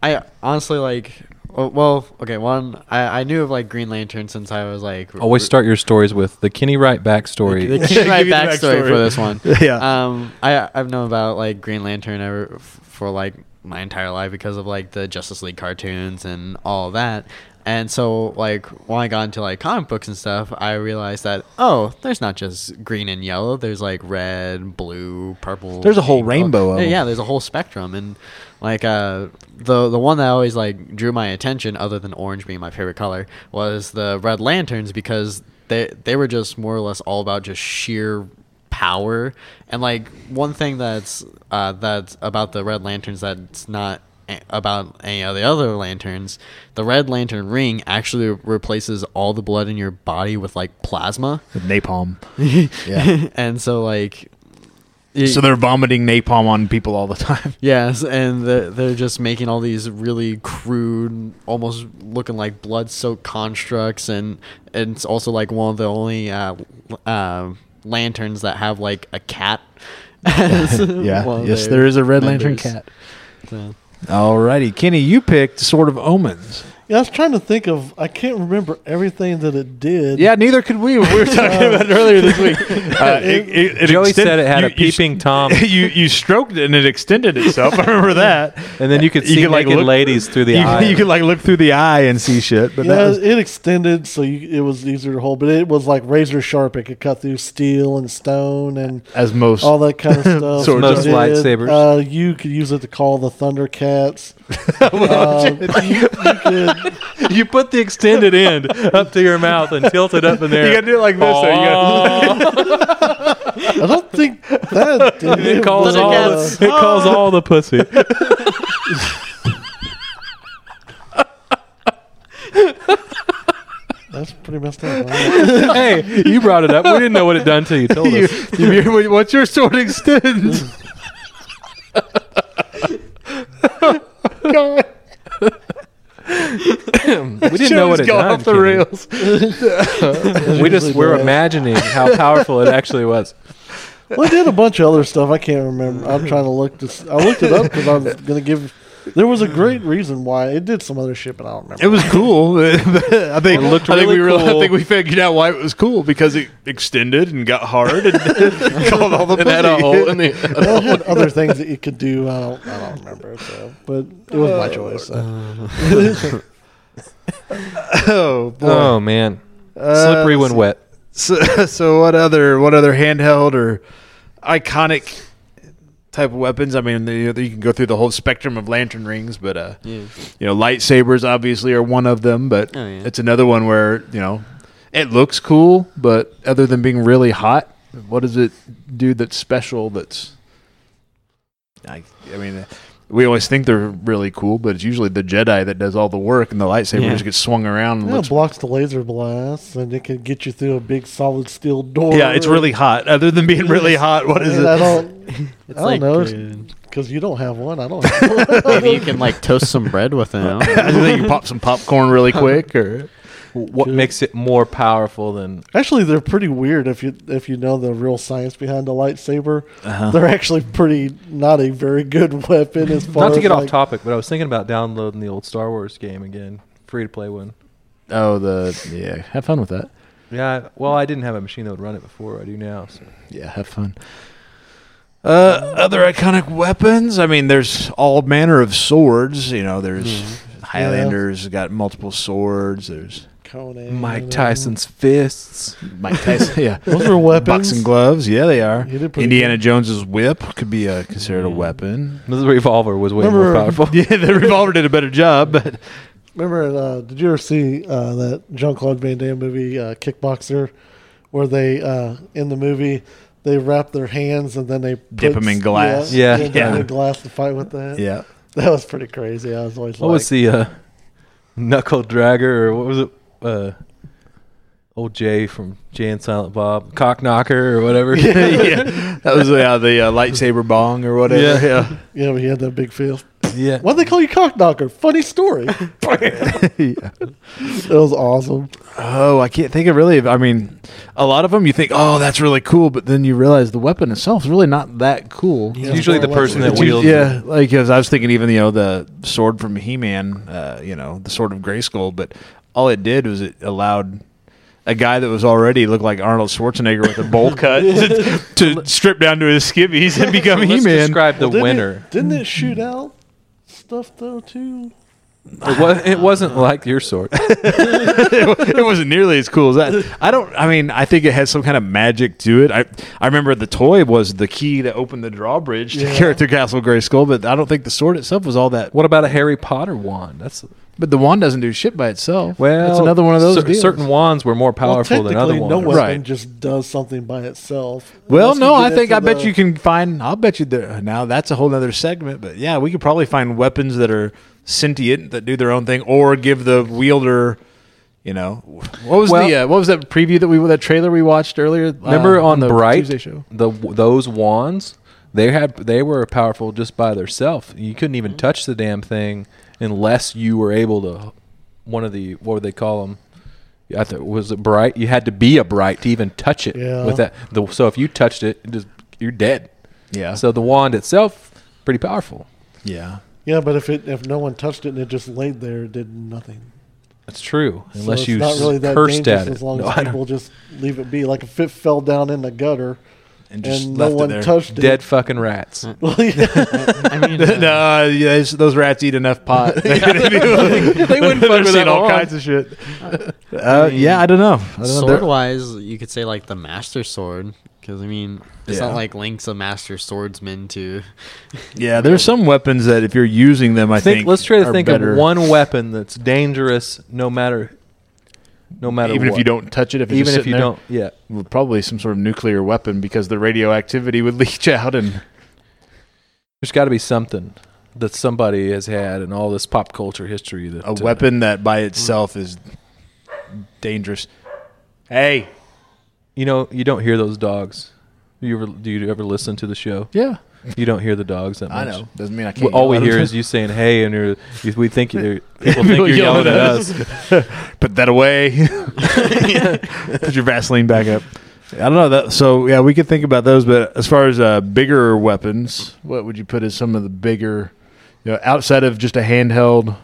I honestly like. oh, Well, okay. One, I, I knew of like Green Lantern since I was like Always start your stories with the Kenny Wright backstory. The key right Give you the backstory backstory. for this one. Yeah. Um, I I've known about like Green Lantern ever f- for like my entire life because of like the Justice League cartoons and all that. And so like when I got into like comic books and stuff, I realized that oh, there's not just green and yellow. There's like red, blue, purple. There's a whole pink, rainbow all- of Yeah, 'em. yeah, there's a whole spectrum and like uh the the one that always like drew my attention other than orange being my favorite color was the red lanterns because they they were just more or less all about just sheer power and like one thing that's uh that's about the red lanterns that's not a- about any of the other lanterns, the Red Lantern ring actually replaces all the blood in your body with like plasma. With napalm. Yeah. and so like it- So they're vomiting napalm on people all the time. Yes, and the, they're just making all these really crude, almost looking like blood-soaked constructs, and, and it's also like one of the only uh, l- uh, lanterns that have like a cat. yeah. Yes, there is a Red Lantern cat. So, Alrighty, Kenny, you picked Sword of Omens. Yeah, I was trying to think of. I can't remember everything that it did. Yeah, neither could we. We were talking about it earlier this week. Uh, it, it, it Joey extend- said it had you- a you s- peeping tom, you you stroked it and it extended itself. I remember that. and then you could see like, naked look- ladies through the you, eye. You could like look through the eye and see shit. But yeah, that was, it extended, so you, it was easier to hold. But it was like razor sharp; it could cut through steel and stone and as most all that kind of stuff. Swords Most You did. lightsabers. Uh, you could use it to call the Thundercats. Uh, you, you could, you put the extended end up to your mouth and tilt it up in there. You gotta do it like this, so you gotta- Aww. I don't think that did uh, And it calls all Thundercats. the, it calls "Oh." all the pussy. That's pretty messed up. right? hey, you brought it up. We didn't know what it done to you. Told You- us. you- what's your sword extend? God. We didn't know what it Joey's going done. off the Kenny. rails. We just we're imagining how powerful it actually was. Well, it did a bunch of other stuff. I can't remember. I'm trying to look this. I looked it up because I was gonna give. There was a great reason why it did some other shit, but I don't remember. It was cool. I think It looked I think we really real- I cool. think we figured out why it was cool because it extended and got hard and called all the and had a pussy. hole in the Well, it had other things that you could do. I don't, I don't remember. So, but it was Uh, my choice. so. Oh boy. Uh, Oh man, slippery when wet. So, so what other what other handheld or iconic type of weapons? I mean, you, you can go through the whole spectrum of lantern rings, but uh, yeah. you know, lightsabers obviously are one of them, but Oh, yeah. it's another one where you know it looks cool, but other than being really hot, what does it do that's special? That's I, I mean. We always think they're really cool, but it's usually the Jedi that does all the work, and the lightsaber Yeah. just gets swung around and Yeah, looks it blocks the laser blasts, and it can get you through a big solid steel door. Yeah, it's really hot. Other than being really hot, what is And I it? don't, It's I don't like know. uh, because you don't have one. I don't. Have one. maybe you can like toast some bread with it. I don't know. I think you pop some popcorn really quick, or What makes it more powerful than Actually, they're pretty weird if you if you know the real science behind the lightsaber. They're actually pretty not a very good weapon as far. not to as, get off like- topic, but I was thinking about downloading the old Star Wars game again, free to play one. oh, the yeah. Have fun with that. Yeah, well, I didn't have a machine that would run it before. I do now. So. Yeah, have fun. Uh, other iconic weapons. I mean, there's all manner of swords. You know, there's Highlanders got multiple swords. There's Conan, Mike Tyson's fists. Mike Tyson. yeah, Those are weapons. boxing gloves. Yeah, they are. You did pretty Indiana good. Jones's whip could be uh, considered a weapon. The revolver was way more Remember- powerful. Yeah, the revolver did a better job, but Remember, uh, did you ever see uh, that Jean Claude Van Damme movie, uh, Kickboxer, where they uh, in the movie they wrap their hands and then they Dip 'em in glass. Yeah. dip 'em Yeah. in glass to fight with that. yeah. that was pretty crazy. I was always What like, was the uh, knuckle dragger, or what was it? Uh, old Jay from Jay and Silent Bob, cock knocker, or whatever. yeah, that was uh, the uh, lightsaber bong or whatever. Yeah. yeah. yeah, but he had that big fist. yeah. Why they call you cock knocker? Funny story. it was awesome. Oh, I can't think of really. I mean, a lot of them you think, oh, that's really cool, but then you realize the weapon itself is really not that cool. It's usually the person that It's we. u- wields. yeah, it. like 'cause I was thinking, even you know the sword from He-Man, uh, you know the sword of Grayskull, but all it did was it allowed a guy that was already looked like Arnold Schwarzenegger with a bowl cut to, to strip down to his skivvies and become Let's He-Man. describe the Didn't winner. It, didn't it shoot out stuff though too? It, was, it wasn't like your sword. it wasn't nearly as cool as that. I don't. I mean, I think it has some kind of magic to it. I I remember the toy was the key that opened the drawbridge to Yeah. Character Castle Gray Skull, but I don't think the sword itself was all that. What about a Harry Potter wand? That's But the wand doesn't do shit by itself. Well, it's another one of those cer- deals. certain wands were more Well, powerful than other technically, ones. no weapon Right. just does something by itself. Well, Unless no, you I get think into I bet the- you can find. I'll bet you there. Now that's a whole other segment, but yeah, we could probably find weapons that are sentient that do their own thing, or give the wielder. You know, what was Well- the uh, what was that preview that we that trailer we watched earlier? uh, Remember Um, on the Bright, Tuesday show. the those wands they had they were powerful just by themselves. You couldn't even touch the damn thing unless you were able to one of the what would they call them? I thought was it bright? You had to be a bright to even touch it Yeah. with that. The, so if you touched it, it just you're dead. Yeah, So the wand itself pretty powerful. yeah, Yeah, but if it if no one touched it and it just laid there, it did nothing. That's true. So Unless it's you not really that cursed dangerous at it. as long No, I as don't- people just leave it be. Like if it fell down in the gutter and and, just no left one it there. touched it, dead fucking rats. Well, yeah. I mean, uh, no, yeah, those- those rats eat enough pot. they wouldn't fuck with that all wand. kinds of shit. Uh, yeah, I don't know. I don't know. They're- sword wise, you could say like the master sword, because I mean, it's Yeah. not like Link's a master swordsman too. Yeah, there's some weapons that if you're using them, I think, think, let's try to are think better, of one weapon that's dangerous no matter no matter Even what. if you don't touch it, if it's even just if sitting you there. don't yeah Well, probably some sort of nuclear weapon because the radioactivity would leach out and there's got to be something that somebody has had in all this pop culture history that a uh, weapon that by itself is dangerous. Hey, you know you don't hear those dogs do you ever do you ever listen to the show yeah, you don't hear the dogs that I much know. Doesn't mean I Well, can't. all we yell at hear them. is you saying "Hey," and you're, you, we think you're, people think you're yelling at us. Put that away. Put your Vaseline back up. I don't know that. So yeah, we could think about those. But as far as uh, bigger weapons, what would you put as some of the bigger, you know, outside of just a handheld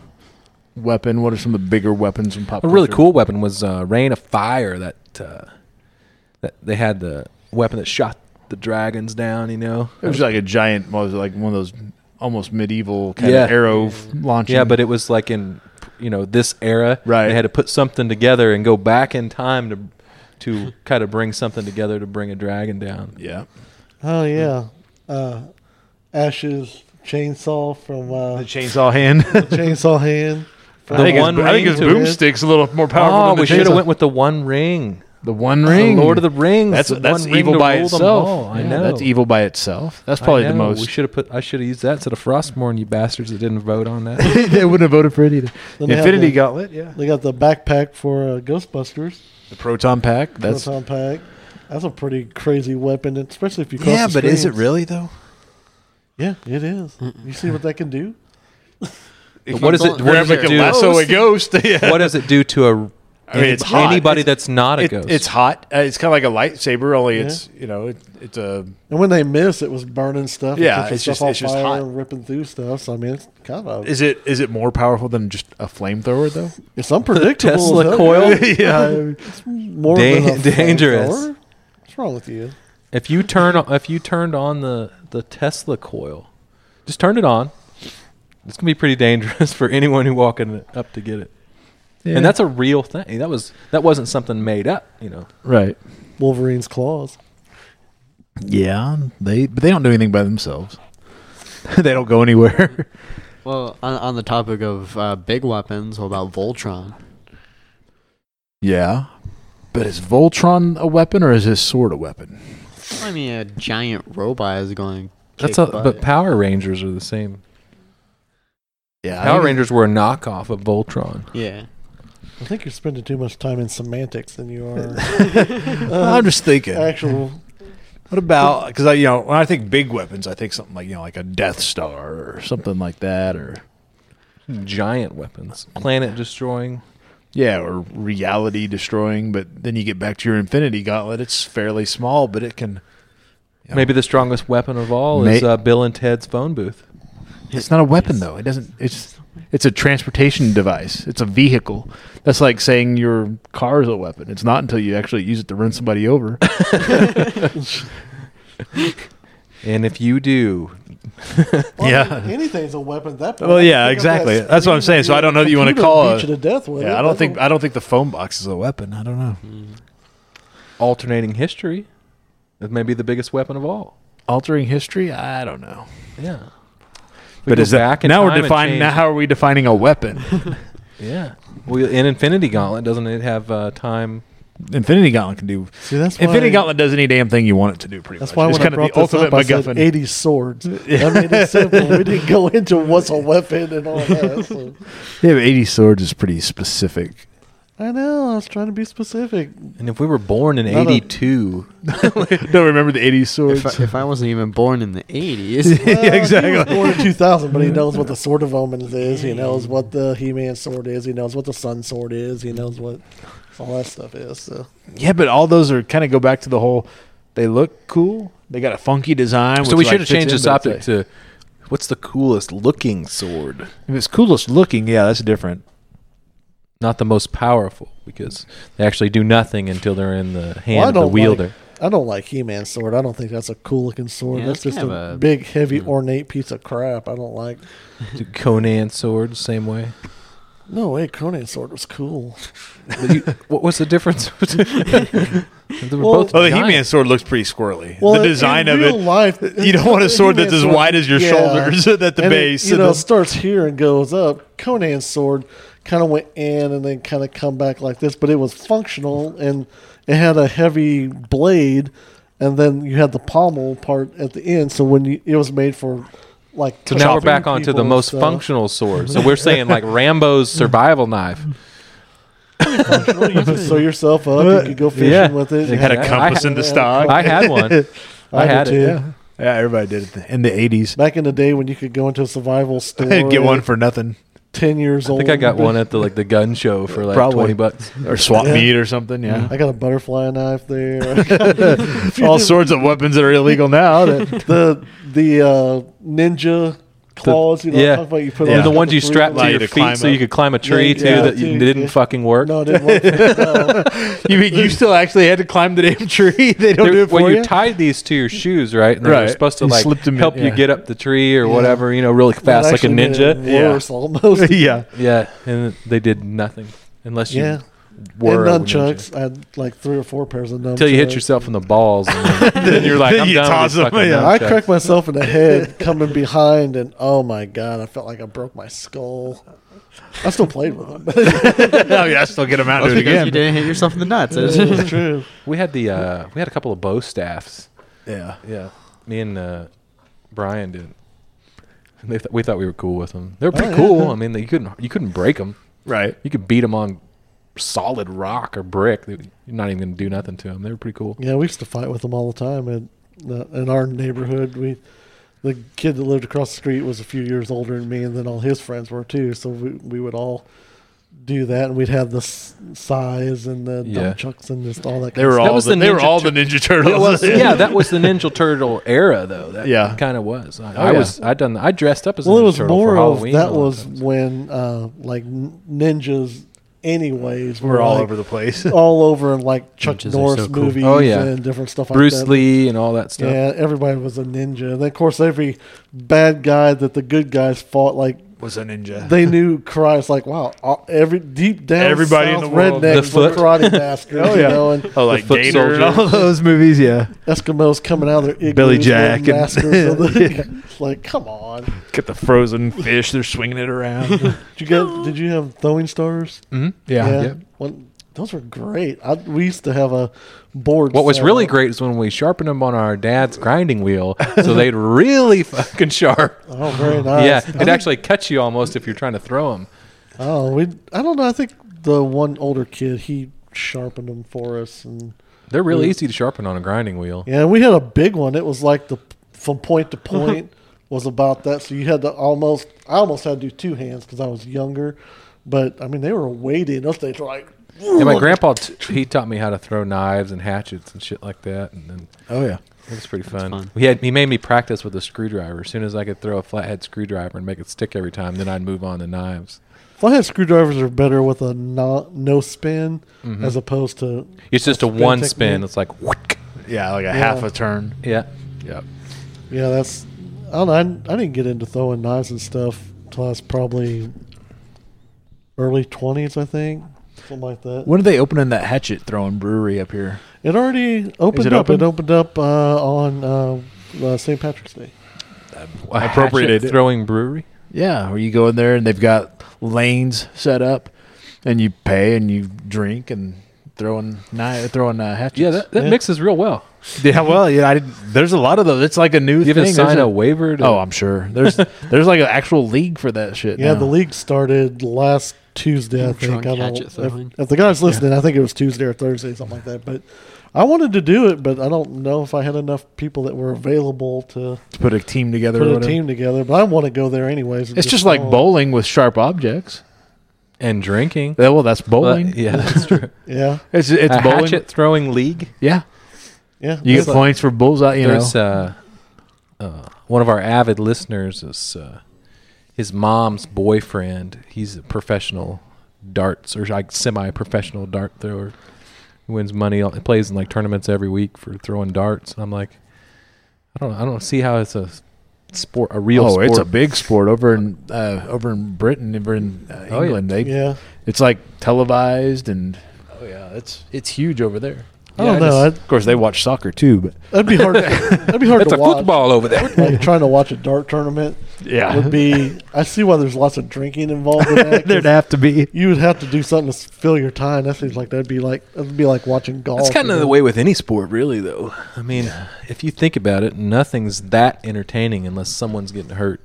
weapon? What are some of the bigger weapons in pop? A really culture? cool weapon was uh, Rain of Fire. That uh, that they had the weapon that shot the dragons down. You know, It was like a giant, what was it, like one of those almost medieval kind Yeah. of arrow f- launching. Yeah, but it was like in you know this era. Right. They had to put something together and go back in time to to kind of bring something together to bring a dragon down. yeah, oh yeah, uh, Ash's chainsaw from the uh, chainsaw hand. chainsaw hand. The I think one his, I think ring his to it. boomstick's a little more powerful. Oh, than the we should have chainsaw. went with the One Ring. the one ring. The Lord of the Rings. That's the that's one ring evil to by rule them all. itself. I Yeah, know. that's evil by itself. That's I probably the know. We most. should have put. I should have used that instead of Frostmourne. You bastards that didn't vote on that. they wouldn't have voted for it either. Then they had Infinity the- Gauntlet, yeah. They got the backpack for uh, Ghostbusters. The proton pack. That's That's proton pack. That's a pretty crazy weapon, especially if you cross the screens. really though? Yeah, it is. You see what that can do? What does it- what does Wherever it it can do? lasso a ghost. yeah. what does it do to a? I mean, it's hot. anybody It's- that's not a It- ghost. it's hot. Uh, it's kind of like a lightsaber, only Yeah. it's you know it, it's a And when they miss, it was burning stuff. and Yeah, catching it's stuff just- on it's just fire hot. and ripping through stuff. So I mean, it's kind of Is it is it more powerful than just a flametthrower though? it's unpredictable. as Tesla hell. coil? yeah, It's more Dan- than a dangerous. flamethrower. What's wrong with you? If you turn on, if you turned on the the Tesla coil, just turn it on. It's gonna be pretty dangerous for anyone who walking up to get it. And that's a real thing. That was that wasn't something made up. You know, right. Wolverine's claws. Yeah, they but they don't do anything by themselves. they don't go anywhere. Well, on, on the topic of uh, big weapons, what about Voltron? yeah, but is Voltron a weapon or is his sword a weapon? I mean, a giant robot is going. to that's kick a, butt. but Power Rangers are the same. Yeah, Power Rangers were a knockoff of Voltron. yeah. I think you're spending too much time in semantics than you are uh, I'm just thinking. actual. What about because I you know when I think big weapons, I think something like you know like a Death Star or something like that, or Giant weapons, Hmm. planet destroying. yeah, or reality destroying. But then you get back to your Infinity Gauntlet; it's fairly small, but it can. you know, Maybe the strongest weapon of all is May- uh, Bill and Ted's phone booth. It's not a weapon though. It doesn't. It's it's a transportation device. It's a vehicle. That's like saying your car is a weapon. It's not until you actually use it to run somebody over. And if you do, Well, Yeah. I mean, anything's a weapon at that point. Well, I can yeah, pick up exactly. that That's what I'm screen saying. So I your don't know that you wanna computer call and it- beat you to death with it. yeah, I don't That's think a- I don't think the phone box is a weapon. I don't know. alternating history, it may be the biggest weapon of all. Altering history? I don't know. Yeah. but is that now we're defining? Now how are we defining a weapon? Yeah. Well, in Infinity Gauntlet, doesn't it have uh, time? Infinity Gauntlet can do. See, that's why, Infinity Gauntlet does any damn thing you want it to do. Pretty That's why much. when I brought this up, I said MacGuffin. 80 swords. That made it simple. We didn't go into what's a weapon and all that. so. Yeah, but 80 swords is pretty specific. I know. I was trying to be specific. And if we were born in Not a- '82, Don't remember the 80 swords. If I, if I wasn't even born in the 80s, Yeah, Well, he was exactly. Born in 2000, but he knows what the Sword of Omens is. He knows what the He-Man sword is. He knows what the Sun sword is. He knows what all that stuff is. So yeah, but all those are kind of go back to the whole. They look cool. They got a funky design. so which, we like, should have fits changed in, the but it's subject to what's the coolest looking sword, like- If it's coolest looking, yeah, that's different. not the most powerful, because they actually do nothing until they're in the hand Well, I of the don't wielder. I don't like He-Man sword. I don't think that's a cool looking sword. Yeah, that's it's just kind a, of a- big, heavy, Mm. ornate piece of crap. I don't like. Do Conan sword same way. No way, Conan sword was cool. But you- what was the difference? they were Well- both Oh, the giant. He-Man sword looks pretty squirrely. Well, the design in of real it. Life, You don't want a sword that's as He-Man wide as your yeah. shoulders at the And it, base. you and know, the- it starts here and goes up. Conan's sword kind of went in and then kind of come back like this, but it was functional and it had a heavy blade, and then you had the pommel part at the end. So when you, it was made for like So now we're chopping back onto people the and most stuff. functional sword. So we're saying like Rambo's survival knife. you could sew yourself up. You could go fishing Yeah. with it. They It had a I- compass I- in the stock. I had one. I did had it. too. yeah. yeah, everybody did it in the 80s. Back in the day when you could go into a survival store, I'd get one at for nothing ten years I old. think I got one at the like the gun show for like Probably. twenty bucks. or swap Yeah. meet or something. Yeah, I got a butterfly knife there. all sorts of weapons that are illegal now. That, the the uh, ninja claws. you know, yeah. yeah. about you put Yeah. on And the top ones of you three strap of them. Allow to you your to climb feet so you up. could climb a tree Yeah, too yeah, that you too, didn't yeah. fucking work. No, it didn't work. No. you mean you still actually had to climb the damn tree? They don't They're- do it for well, you, you. tied these to your shoes, right? And they were Right. supposed to You like slipped 'em in, help you yeah. get up the tree or Yeah. whatever, you know, really fast, That like a actually made it ninja. Yeah. Worse, almost. yeah, Yeah, and they did nothing unless you Yeah. were a and ninja. nunchucks. I had like three or four pairs of nunchucks. Until you hit yourself in the balls, and then, then you're like, Then "I'm you done." with toss these 'em, fucking yeah. I nunchucks. cracked myself in the head coming behind, and oh my god, I felt like I broke my skull. I still played with them. oh yeah, I still get them out that's and do it because again. you didn't hit yourself in the nuts. It's true. We had the uh, we had a couple of bow staffs. Yeah, Yeah, me and uh, Brian did. And They th- we thought we were cool with them. They were pretty yeah. cool. I mean, they, you couldn't you couldn't break them. right. You could beat them on solid rock or brick. They, you're not even gonna do nothing to them. They were pretty cool. Yeah, we used to fight with them all the time, and uh, in our neighborhood, we the kid that lived across the street was a few years older than me, and then all his friends were too. So we we would all do that, and we'd have the s- size and the Yeah. nunchucks and just all that. They were That all was the, the they were Ninja all the Ninja Turtles. It was- yeah, that was the Ninja Turtle era, though. That Yeah. kind of was. I, Oh, I yeah. was. I done. I dressed up as a well, Ninja it was Turtle for more of Halloween. that a lot of was times. when uh, like n- ninjas, anyways, we're all like, over the place. all over in like Chuck Ninjas are Norris so cool. movies Oh, yeah. and different stuff. Bruce like that. Lee and all that stuff. Yeah, everybody was a ninja. And of course, every bad guy that the good guys fought, like Was a ninja. they knew karate. It's like wow, all, every deep down, Everybody in South the world. rednecks The were foot. karate masters. Oh, you yeah. know, and oh, like foot Gator soldier. and all those movies. Yeah, Eskimos coming out of their igloos Billy were Jack and- masters of the, like, come on. get the frozen fish. They're swinging it around. Did you get? Did you have throwing stars? Mhm. yeah. Well, those were great. I, we used to have a board. What was set really up. great is when we sharpened them on our dad's grinding wheel, so they'd really fucking sharp. Oh, very nice. yeah, I it think- actually cuts you almost if you're trying to throw them. Oh, we. I don't know. I think the one older kid he sharpened them for us, and They're really Yeah. easy to sharpen on a grinding wheel. yeah, we had a big one. It was like the from point to point was about that. So you had to almost. I almost had to do two hands because I was younger, but I mean they were weighted. Those things were like. And my grandpa, t- he taught me how to throw knives and hatchets and shit like that, and then oh yeah. it was pretty fun. fun. He had he made me practice with a screwdriver. As soon as I could throw a flathead screwdriver and make it stick every time, then I'd move on to knives. Flathead screwdrivers are better with a no, no spin Mhm. as opposed to It's just a Spin one technique. spin. It's like, whack. Yeah, like a Yeah. half a turn. yeah. Yep. yeah. That's I don't know. I, didn't- I didn't get into throwing knives and stuff until I was probably early twenties, I think, something like that. When are they opening that hatchet throwing brewery up here? It already opened it up. open? It opened up uh, on uh, uh, St. Patrick's Day. A Appropriated hatchet it. throwing brewery. Yeah, where you go in there and they've got lanes set up, and you pay and you drink and throwing knife, throwing uh, hatchets. Yeah, that, that Yeah. mixes real well. yeah. Well, yeah, I didn't, there's a lot of those. It's like a new You thing. even There's sign a- a waiver. To, oh, I'm sure. There's there's like an actual league for that shit. Yeah, now. the league started last Tuesday. I think. Drunk I don't, hatchet throwing. if, if the guys listening, I think it was Tuesday or Thursday, something like that. But I wanted to do it, but I don't know if I had enough people that were available to to put a team together. put or a whatever. team together. But I want to go there anyways. and It's just like follow. bowling with sharp objects. and drinking. Yeah, Well, that's bowling. But- yeah, that's true. Yeah, It's it's a bowling. hatchet throwing league. Yeah, yeah. you That's- get points for bullseye. You know, There's uh, uh, one of our avid listeners is uh, his mom's boyfriend. He's a professional darts or like semi-professional dart thrower. He wins money. He plays in like tournaments every week for throwing darts. And I'm like, I don't, I don't see how it's a sport, a real oh, sport. it's a big sport over in uh, over in Britain, over in uh, Oh, yeah. England. They yeah. it's like televised and oh yeah, it's it's huge over there. I don't Yeah, know. I I'd, Of course, they watch soccer too, but that'd be hard. that'd be hard It's to a watch. football over there. Like trying to watch a dart tournament yeah, would be. I see why there's lots of drinking involved. In that, 'cause there'd have to be. you would have to do something to s- fill your time. That seems like that'd be like that'd be like watching golf. That's kind you of know? the way with any sport, really, though. I mean, if you think about it, nothing's that entertaining unless someone's getting hurt.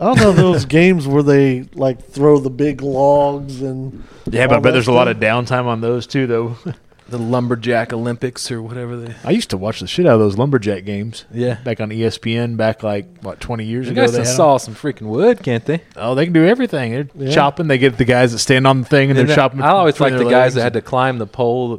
I don't know those games where they like throw the big logs and Yeah, all but, but that there's a lot of stuff. downtime on those too, though. The lumberjack Olympics or whatever they. I used to watch the shit out of those lumberjack games Yeah. back on E ESPN back like what 20 years You ago. guys They can had 'em. saw some freaking wood, can't they? Oh, they can do everything. They're Yeah. chopping. They get the guys that stand on the thing and, And they're then chopping. I always between like the their guys that had legs. to climb the pole the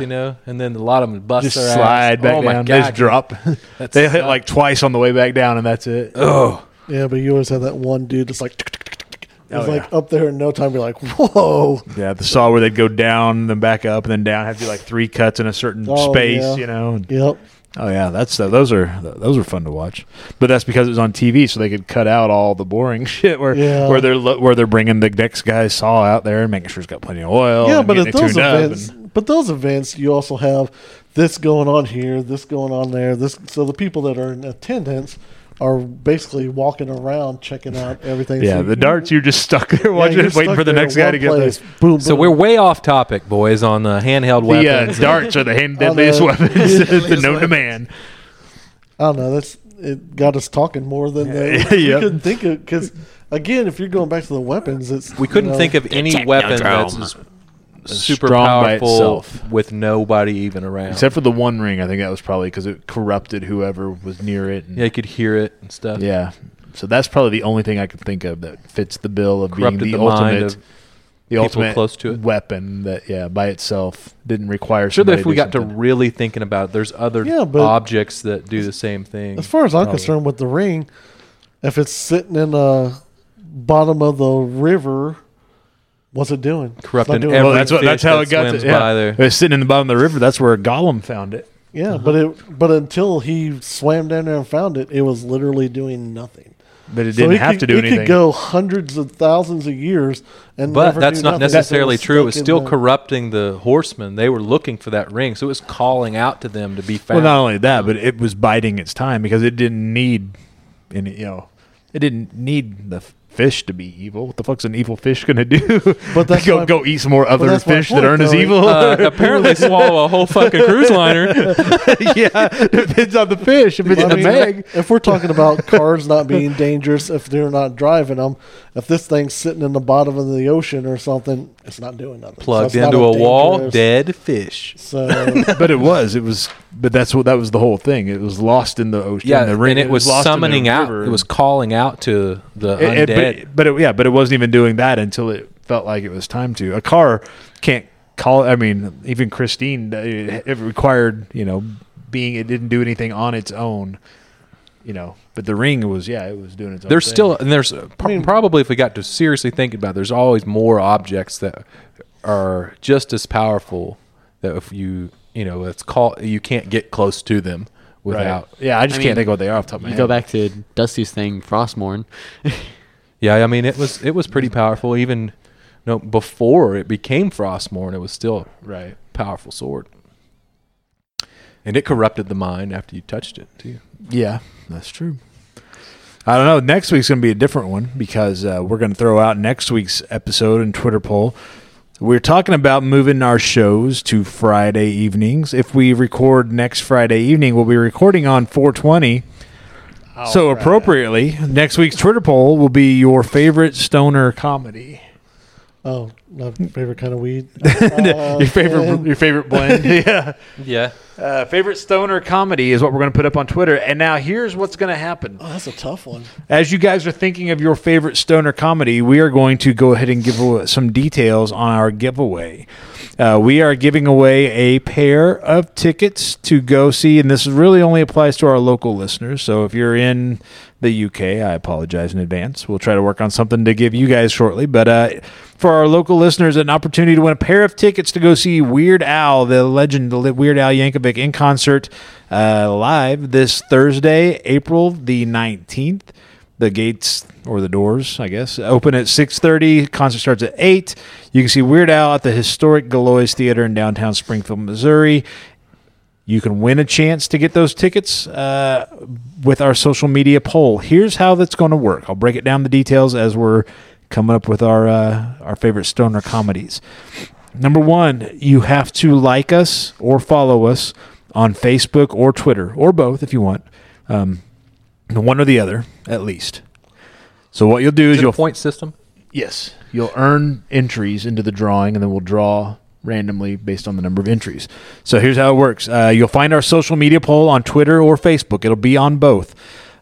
Yeah. you know, and then a lot of them bust just their ass. slide back oh down. My God. They just drop. That's- they hit like twice on the way back down, and that's it. Oh, yeah. But you always have that one dude that's like, tick, tick, tick, tick, tick. Oh, it's like up there in no time. Be like, whoa, Yeah, the saw where they'd go down, then back up, and then down. Have to do like three cuts in a certain Oh, space, yeah. you know. and- yep, oh yeah, that's uh, those are th- those are fun to watch. But that's because it was on TV, so they could cut out all the boring shit where Yeah. where they're lo- where they're bringing the next guy's saw out there and making sure it's got plenty of oil. yeah. Oh, and But getting at it those tuned up events, and- but those events, you also have this going on here, this going on there. This so the people that are in attendance are basically walking around checking out everything. yeah, So the you- darts you're just stuck there yeah, watching, you're it, waiting stuck for the there next in guy one to get place. this. Boom, boom. so we're way off topic, boys, on the handheld The weapons. uh, darts are the hand deadliest Oh, no. weapons, the Deadliest known to weapons. man. I don't know. That's it. Got us talking more than the, Yeah, we yeah. couldn't think of. Because again, if you're going back to the weapons, it's we couldn't you know, think of any weapon that's as super Strong by powerful itself. with nobody even around. Except for the One Ring, I think that was probably because it corrupted whoever was near it. And, yeah, you could hear it and stuff. yeah. So that's probably the only thing I could think of that fits the bill of corrupted being the, the, mind ultimate, of the people ultimate close to it. weapon that yeah by itself didn't require. Sure, that somebody if we do got to something. really thinking about it, there's other Yeah, but- objects that do the same thing. As far as I'm Probably. concerned, with the ring, if it's sitting in the bottom of the river, what's it doing? It's not Corrupting doing every well, nothing. that's what that's fish how that it got. swims To, yeah. by there. It was sitting in the bottom of the river. That's where Gollum found it. Yeah, Mm-hmm. but it but until he swam down there and found it, it was literally doing nothing. But it didn't it have could, to do it anything. could go hundreds of thousands of years and but never that's do not nothing. necessarily true. It was stuck in still the- corrupting the horsemen. They were looking for that ring, so it was calling out to them to be well, found. not only that, but it was biding its time because it didn't need any. You know, it didn't need the f- fish to be evil. What the fuck's an evil fish gonna do? But that's go my- go eat some more other that's my fish that point, aren't as though. evil. Uh, apparently, swallow a whole fucking cruise liner. yeah, depends on the fish. If it's I the mean, meg, If we're talking about cars not being dangerous if they're not driving them, if this thing's sitting in the bottom of the ocean or something, it's not doing nothing. So Plugged it's not into a wall, dangerous- dead fish. So but it was, it was, but that's what that was the whole thing. It was lost in the ocean. Yeah, the ring, and it was, lost in the summoning out. river. It was calling out to the It- it- undead. but, but it, yeah, but it wasn't even doing that until it felt like it was time to. A car can't call. I mean, even Christine, uh, it, it required you know being. It didn't do anything on its own. You know, but the ring was yeah, it was doing its own. there's thing. still and there's uh, pro- mean- probably if we got to seriously think about it, there's always more objects that are just as powerful that if you you know it's called you can't get close to them Right. without Yeah, I just I can't mean, think of what they are off the top of my You head. go back to Dusty's thing, Frostmourne. yeah I mean it was it was pretty powerful even no before it became Frostmourne it was still right? a powerful sword and it corrupted the mind after you touched it too Yeah, that's true. I don't know. Next week's going to be a different one because uh, we're going to throw out next week's episode and Twitter poll. We're talking about moving our shows to Friday evenings. If we record next Friday evening, we'll be recording on 420. so, appropriately, next week's Twitter poll will be your favorite stoner comedy. Oh, my favorite kind of weed. your favorite, your favorite blend. yeah. Yeah. Uh, favorite stoner comedy is what we're going to put up on Twitter. And now here's what's going to happen. Oh, that's a tough one. As you guys are thinking of your favorite stoner comedy, we are going to go ahead and give away some details on our giveaway. Uh, we are giving away a pair of tickets to go see, and this really only applies to our local listeners. So if you're in the UK, I apologize in advance. We'll try to work on something to give you guys shortly. But uh, for our local listeners, an opportunity to win a pair of tickets to go see Weird Al, the legend, the li- Weird Al Yankovic, in concert uh, live this Thursday, April the 19th the gates or the doors, I guess, open at 6:30. Concert starts at 8. You can see Weird Al at the historic Galois Theater in downtown Springfield, Missouri. You can win a chance to get those tickets uh, with our social media poll. Here's how that's going to work. I'll break it down the details as we're coming up with our uh, our favorite stoner comedies. Number one, you have to like us or follow us on Facebook or Twitter or both if you want. Um, one or the other, at least. So what you'll do is, Is it you'll a point system? yes, you'll earn entries into the drawing, and then we'll draw randomly based on the number of entries. So here's how it works: uh, you'll find our social media poll on Twitter or Facebook. It'll be on both.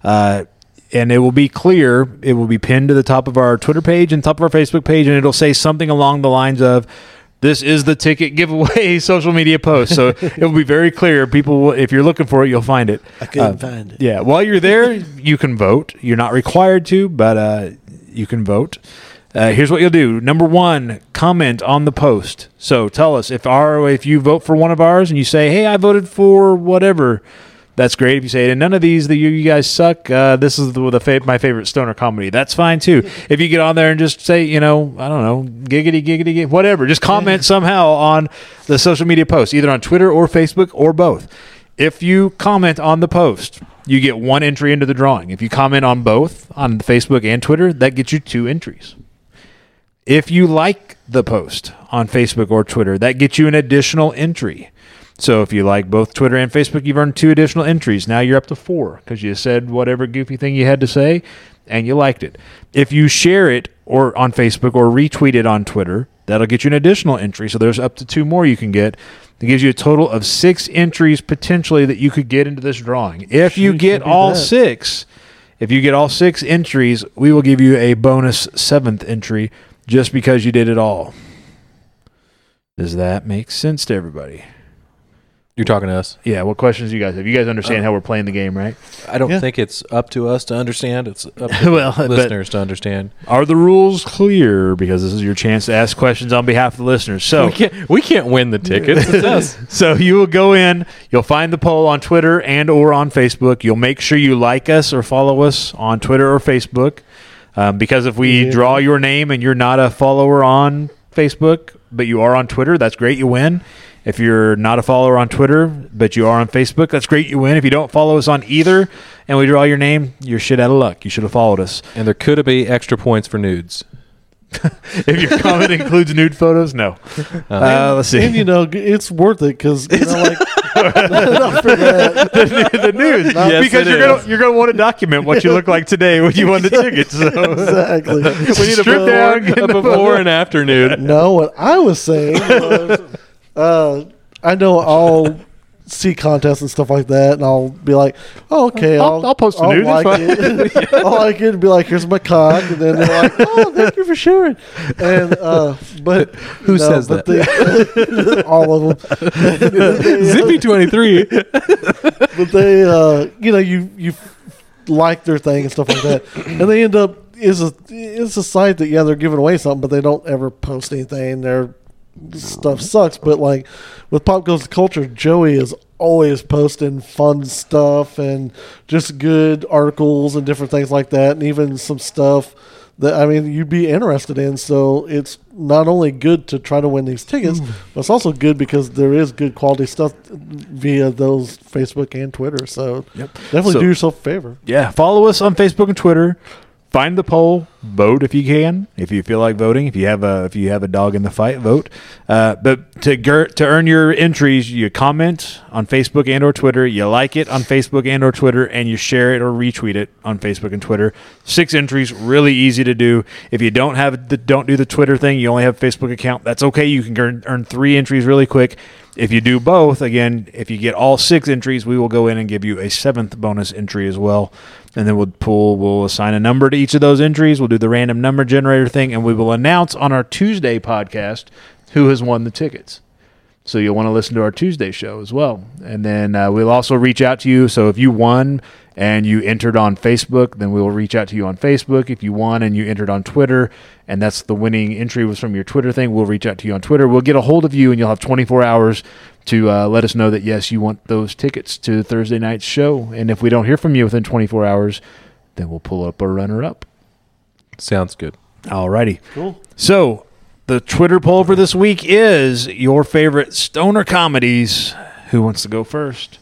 Uh, and it will be clear. It will be pinned to the top of our Twitter page and top of our Facebook page, and it'll say something along the lines of, "This is the ticket giveaway social media post." So it will be very clear. People, will, if you're looking for it, you'll find it. Uh, I couldn't find it. Yeah, while you're there, you can vote. You're not required to, but uh, you can vote. Uh, here's what you'll do. Number one, comment on the post. So tell us if our if you vote for one of ours and you say, "Hey, I voted for whatever," that's great. If you say, "And none of these, the you, you guys suck," uh, this is the, the fa- my favorite stoner comedy. That's fine too. If you get on there and just say, you know, I don't know, giggity giggity, gig- whatever, just comment somehow on the social media post, either on Twitter or Facebook or both. If you comment on the post, you get one entry into the drawing. If you comment on both, on Facebook and Twitter, that gets you two entries. If you like the post on Facebook or Twitter, that gets you an additional entry. So if you like both Twitter and Facebook, you've earned two additional entries. Now you're up to four because you said whatever goofy thing you had to say and you liked it. If you share it or on Facebook or retweet it on Twitter, that'll get you an additional entry. So there's up to two more you can get. That gives you a total of six entries potentially that you could get into this drawing. If you Shoot, get could do all that. six, if you get all six entries, we will give you a bonus seventh entry just because you did it all. Does that make sense to everybody? You're talking to us. Yeah, what questions do you guys have? You guys understand how we're playing the game, right? I don't Yeah. think it's up to us to understand. It's up to well, listeners to understand. are the rules clear? Because this is your chance to ask questions on behalf of the listeners. So, We can't. We can't win the tickets. Oh. It's us. so you will go in, you'll find the poll on Twitter and or on Facebook. You'll make sure you like us or follow us on Twitter or Facebook, um, because if we Yeah. draw your name and you're not a follower on Facebook, but you are on Twitter, that's great. You win. If you're not a follower on Twitter, but you are on Facebook, that's great. You win. If you don't follow us on either, and we draw your name, you're shit out of luck. You should have followed us. And there could be extra points for nudes. If your comment includes nude photos, no. Uh, let's see. And you know, g- it's worth it because you know, like not for that. the news Yes, because it you're gonna is. you're gonna want to document what you look like today when you won the tickets. So Exactly. we need to strip down, get a the before and after nude. No, what I was saying was, uh, I know I'll see contests and stuff like that, and I'll be like, oh, okay, I'll- I'll, I'll post a nude, that's Like it. I'll like it and be like, here's my cock, and then they're like, oh, thank you for sharing. And uh, but Who says but that? they- all of them. Zippy twenty three. but they uh you know you you like their thing and stuff like that and they end up is a it's a site that yeah they're giving away something but they don't ever post anything their stuff sucks but like with pop goes the culture joey is always posting fun stuff and just good articles and different things like that and even some stuff that I mean you'd be interested in. So it's not only good to try to win these tickets, Mm. but it's also good because there is good quality stuff via those Facebook and Twitter. So Yep. definitely So- do yourself a favor. Yeah, follow us on Facebook and Twitter. Find the poll, vote if you can, if you feel like voting. If you have a if you have a dog in the fight, vote. Uh, but to ger- to earn your entries, you comment on Facebook and or Twitter. You like it on Facebook and or Twitter, and you share it or retweet it on Facebook and Twitter. Six entries, really easy to do. If you don't have the don't do the Twitter thing, you only have a Facebook account. That's okay. You can earn, earn three entries really quick. If you do both, again, if you get all six entries, we will go in and give you a seventh bonus entry as well. And then we'll pull, we'll assign a number to each of those entries. We'll do the random number generator thing, and we will announce on our Tuesday podcast who has won the tickets. So you'll want to listen to our Tuesday show as well. And then uh, we'll also reach out to you. So if you won and you entered on Facebook, then we will reach out to you on Facebook. If you won and you entered on Twitter, and that's the winning entry was from your Twitter thing, we'll reach out to you on Twitter. We'll get a hold of you, and you'll have 24 hours to uh, let us know that, yes, you want those tickets to Thursday night's show. And if we don't hear from you within 24 hours, then we'll pull up a runner up. Sounds good. Alrighty. Cool. So the Twitter poll for this week is your favorite stoner comedies. Who wants to go first?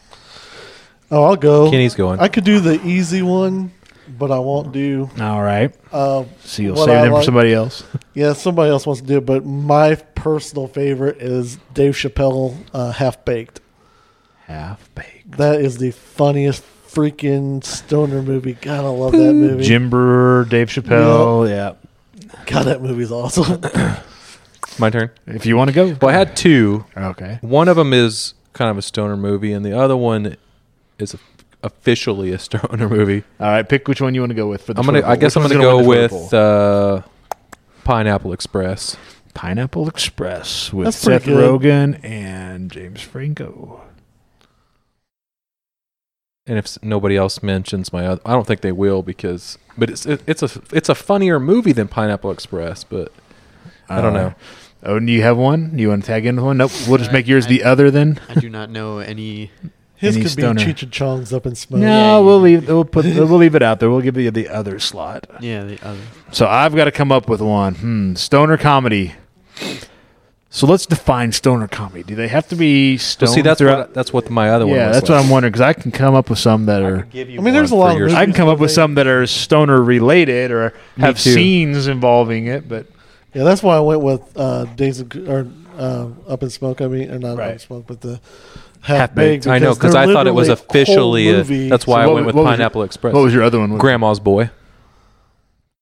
Oh, I'll go. Kenny's going. I could do the easy one, but I won't do. All right. Uh, So you'll What save I them for like- somebody else. yeah, somebody else wants to do it, but my personal favorite is Dave Chappelle uh, Half Baked. Half baked. That is the funniest freaking stoner movie. God, I love that movie. Jim Brewer, Dave Chappelle. Yeah. God, that movie's awesome. My turn. If you want to go. Well, I had two. Okay. One of them is kind of a stoner movie, and the other one is officially a stoner movie. All right. Pick which one you want to go with. For the I'm gonna. Twitter I poll. guess Which I'm one's gonna, win go the Twitter with poll? uh, Pineapple Express. Pineapple Express with That's Seth pretty good. Rogen and James Franco. And if s- nobody else mentions my other, I don't think they will because. But it's it, it's a it's a funnier movie than Pineapple Express. But I don't Uh, know. Odin, do you have one? You want to tag in with one? Nope. We'll just Uh, make yours I- the other then. I do not know any. His Any could stoner. be Cheech and Chong's Up in Smoke. No, Yeah, we'll you- leave. We'll put. we'll leave it out there. We'll give you the other slot. Yeah, the other. So I've got to come up with one. Hmm, stoner comedy. So let's define stoner comedy. Do they have to be So stoner? see, that's throughout? what, that's what my other one. yeah, was that's what I'm wondering because I can come up with some that are. I mean, there's a lot of I can come up with Maybe some that are stoner related or Me have too. scenes involving it, but Yeah, that's why I went with uh, Days of, or uh, Up in Smoke. I mean, or not Up in Right. Smoke, but the Half Half-Baked. Baked. I know because I thought it was officially. A, that's So what why I went was- what with was your- Pineapple Express. what was your other one? What- Grandma's Boy.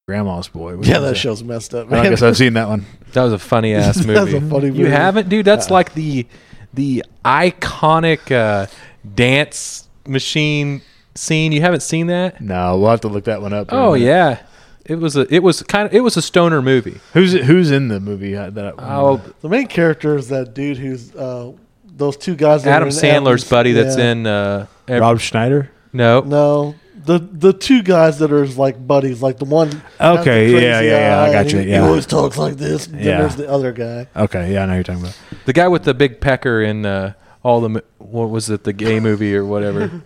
Grandma's Boy. Which Yeah, one's that show's messed up. I don't Man. guess I've seen that one. That was a funny ass movie. That's a funny You movie. haven't, dude. That's Uh-uh. like the the iconic uh, dance machine scene. You haven't seen that? No, we'll have to look that one up. Oh Wait a minute. yeah, it was a it was kind of it was a stoner movie. Who's who's in the movie? uh, That Oh, the main character is that dude who's uh, those two guys. that Adam were in Sandler's Adam's- buddy that's yeah. in uh, ev- Rob Schneider. no No, the the two guys that are his, like buddies, like the one. has the Okay, yeah, crazy yeah, yeah, I eye got and you, He, yeah. he always talks like this. and Yeah. Then there's the other guy. Okay, yeah, I know who you're talking about. the guy with the big pecker in uh, all the mo- what was it the gay movie or whatever.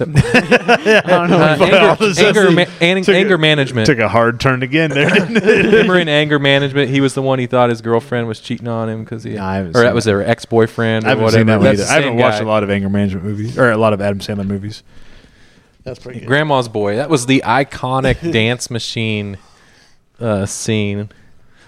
I don't know. Uh, all anger, this- anger, ma- an- took a- anger management. Took a hard turn again there. Didn't it? Remember in anger management, he was the one he thought his girlfriend was cheating on him because he, No, I haven't or seen that was their ex boyfriend. I haven't whatever. seen that one That's either. the I haven't same watched guy. a lot of anger management movies or a lot of Adam Sandler movies. That's pretty good. Grandma's boy. That was the iconic dance machine uh, scene.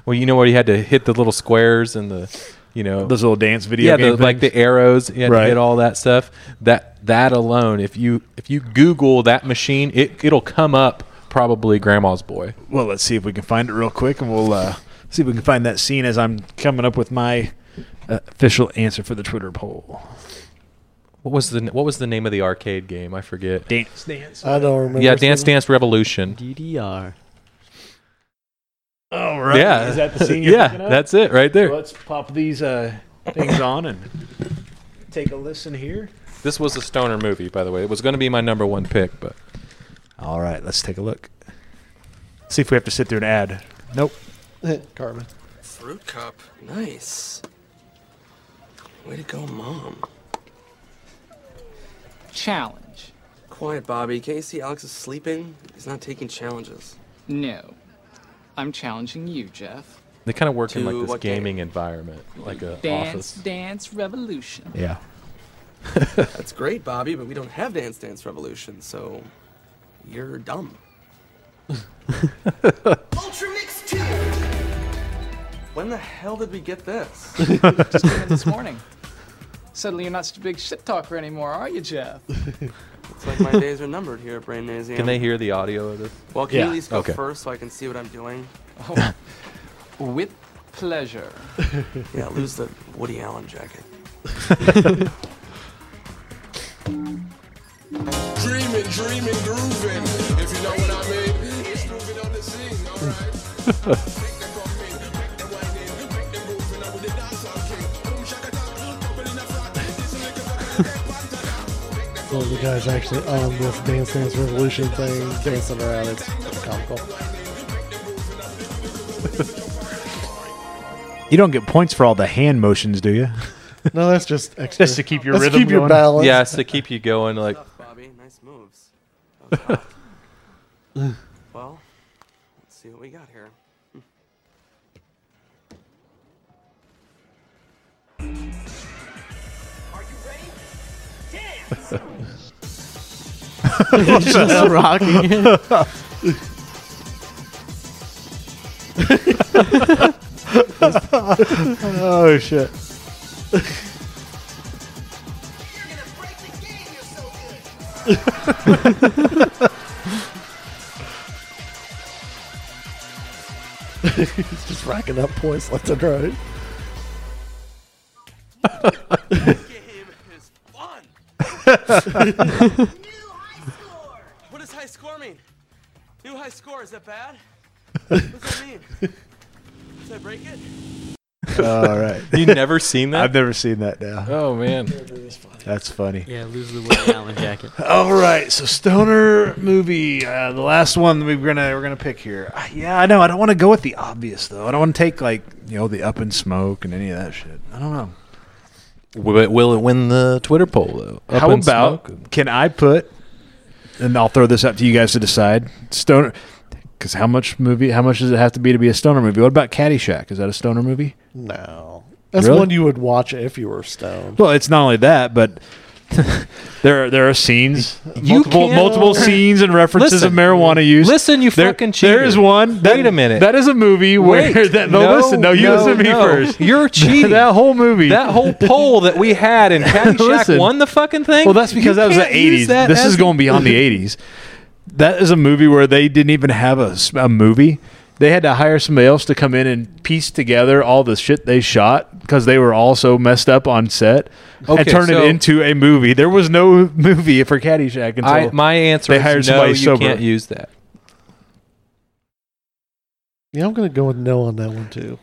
Well, you know where you had to hit the little squares and the, you know, Those little dance video yeah, game the, like things. the arrows. You had Right. to hit all that stuff. That that alone, if you if you Google that machine, it it'll come up probably Grandma's boy. well, let's see if we can find it real quick, and we'll uh, see if we can find that scene as I'm coming up with my uh, official answer for the Twitter poll. What was the what was the name of the arcade game? I forget. Dance, dance. Oh, I don't remember. yeah, Dance something. Dance Revolution. DDR. All right. Yeah, Is that the scene? You're yeah, picking up? that's it right there. Let's pop these uh, things on and take a listen here. This was a stoner movie, by the way. It was going to be my number one pick, but All right, let's take a look. See if we have to sit through an ad. Nope. Carmen. Fruit cup. Nice. Way to go, Mom. Challenge. Quiet, Bobby. Can't you see Alex is sleeping? He's not taking challenges. No. I'm challenging you, Jeff. They kind of work in To like this what game? gaming environment, like a Dance office. Dance Revolution. Yeah. That's great, Bobby, but we don't have Dance Dance Revolution, so you're dumb. Ultra Mix 2! When the hell did we get this? Just came in this morning. Suddenly you're not such a big shit talker anymore, are you, Jeff? It's like my days are numbered here at Brain Nasium. Can they hear the audio of this? Well, can you Yeah, at least go okay. first so I can see what I'm doing? Oh, with pleasure. Yeah, lose the Woody Allen jacket. Dreaming, dreaming, grooving. If you know what I mean. It's grooving on the scene, alright. Make them come in, make them whine in, make them groove in. I'm with the dancehall king. Boom, shaka, tap, bubble in the front. This is like a fucking egg, pantata. Well, the guys actually on this Dance Dance Revolution thing, dancing around. It's comical. You don't get points for all the hand motions, do you? No, that's just extra. Just to keep your That's rhythm keep your going. balance. Yeah, it's to keep you going. Like Tough, Bobby. Nice moves. That was hot. well, let's see what we got here. Just rocking it. Oh shit! He's just racking up points left and right. game is fun. What does high score mean? New high score, is that bad? What does that mean? Did I break it? all right. you never seen that? I've never seen that now. oh man, That's funny. Yeah, lose the Woody Allen jacket. All right, so stoner movie, uh, the last one we're gonna we're gonna pick here. Uh, Yeah, I know. I don't want to go with the obvious though. I don't want to take like you know the up in smoke and any of that shit. I don't know. will it, will it win the Twitter poll though? Up How in about smoke? can I put? And I'll throw this out to you guys to decide. Stoner, because how much movie? How much does it have to be to be a stoner movie? What about Caddyshack? Is that a stoner movie? No, that's Really? one you would watch if you were stoned. Well, it's not only that, but there are, there are scenes, multiple can't- multiple scenes and references Listen. of marijuana use. Listen, you There- fucking cheater. There is one. That, Wait a minute. That is a movie where Wait, that. No, listen. No, you listen to me no. first. You're cheating. that whole movie. That whole poll that we had in Caddyshack Listen. won the fucking thing. well, that's because You that was the can't use '80s. that This as- is going beyond the '80s. That is a movie where they didn't even have a, s- a movie. They had to hire somebody else to come in and piece together all the shit they shot because they were all so messed up on set Okay, and turn so- it into a movie. There was no movie for Caddyshack until I, my answer They is hired no. somebody You sober. can't use that. Yeah, I'm gonna go with no on that one too.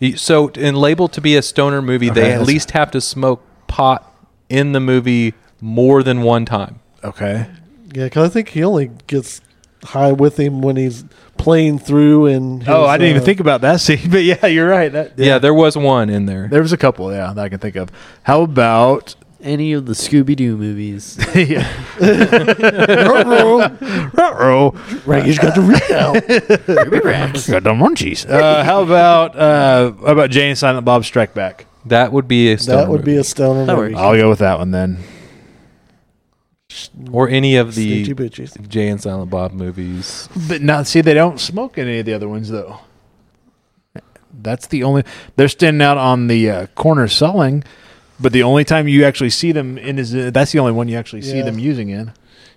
You- So, in labeled to be a stoner movie, Okay, they at that's- least have to smoke pot in the movie more than one time. okay. Yeah, because I think he only gets high with him when he's playing through. And uh, Oh, I didn't even think about that scene. But yeah, you're right. That Yeah, there was one in there. There was a couple, yeah, that I can think of. How about Any of the Scooby Doo movies. Ruh-roh. Raggy's got the real. Got the munchies. Uh, how about uh, how about Jane Silent Bob Strike Back? That would be a stoner That would be a movie. stoner That movie. I'll go with that one then. or any of Snitchy the bitches. Jay and Silent Bob movies. But now, see, they don't smoke any of the other ones though. That's the only they're standing out on the uh, corner selling, but the only time you actually see them in is uh, that's the only one you actually see Yeah. them using in.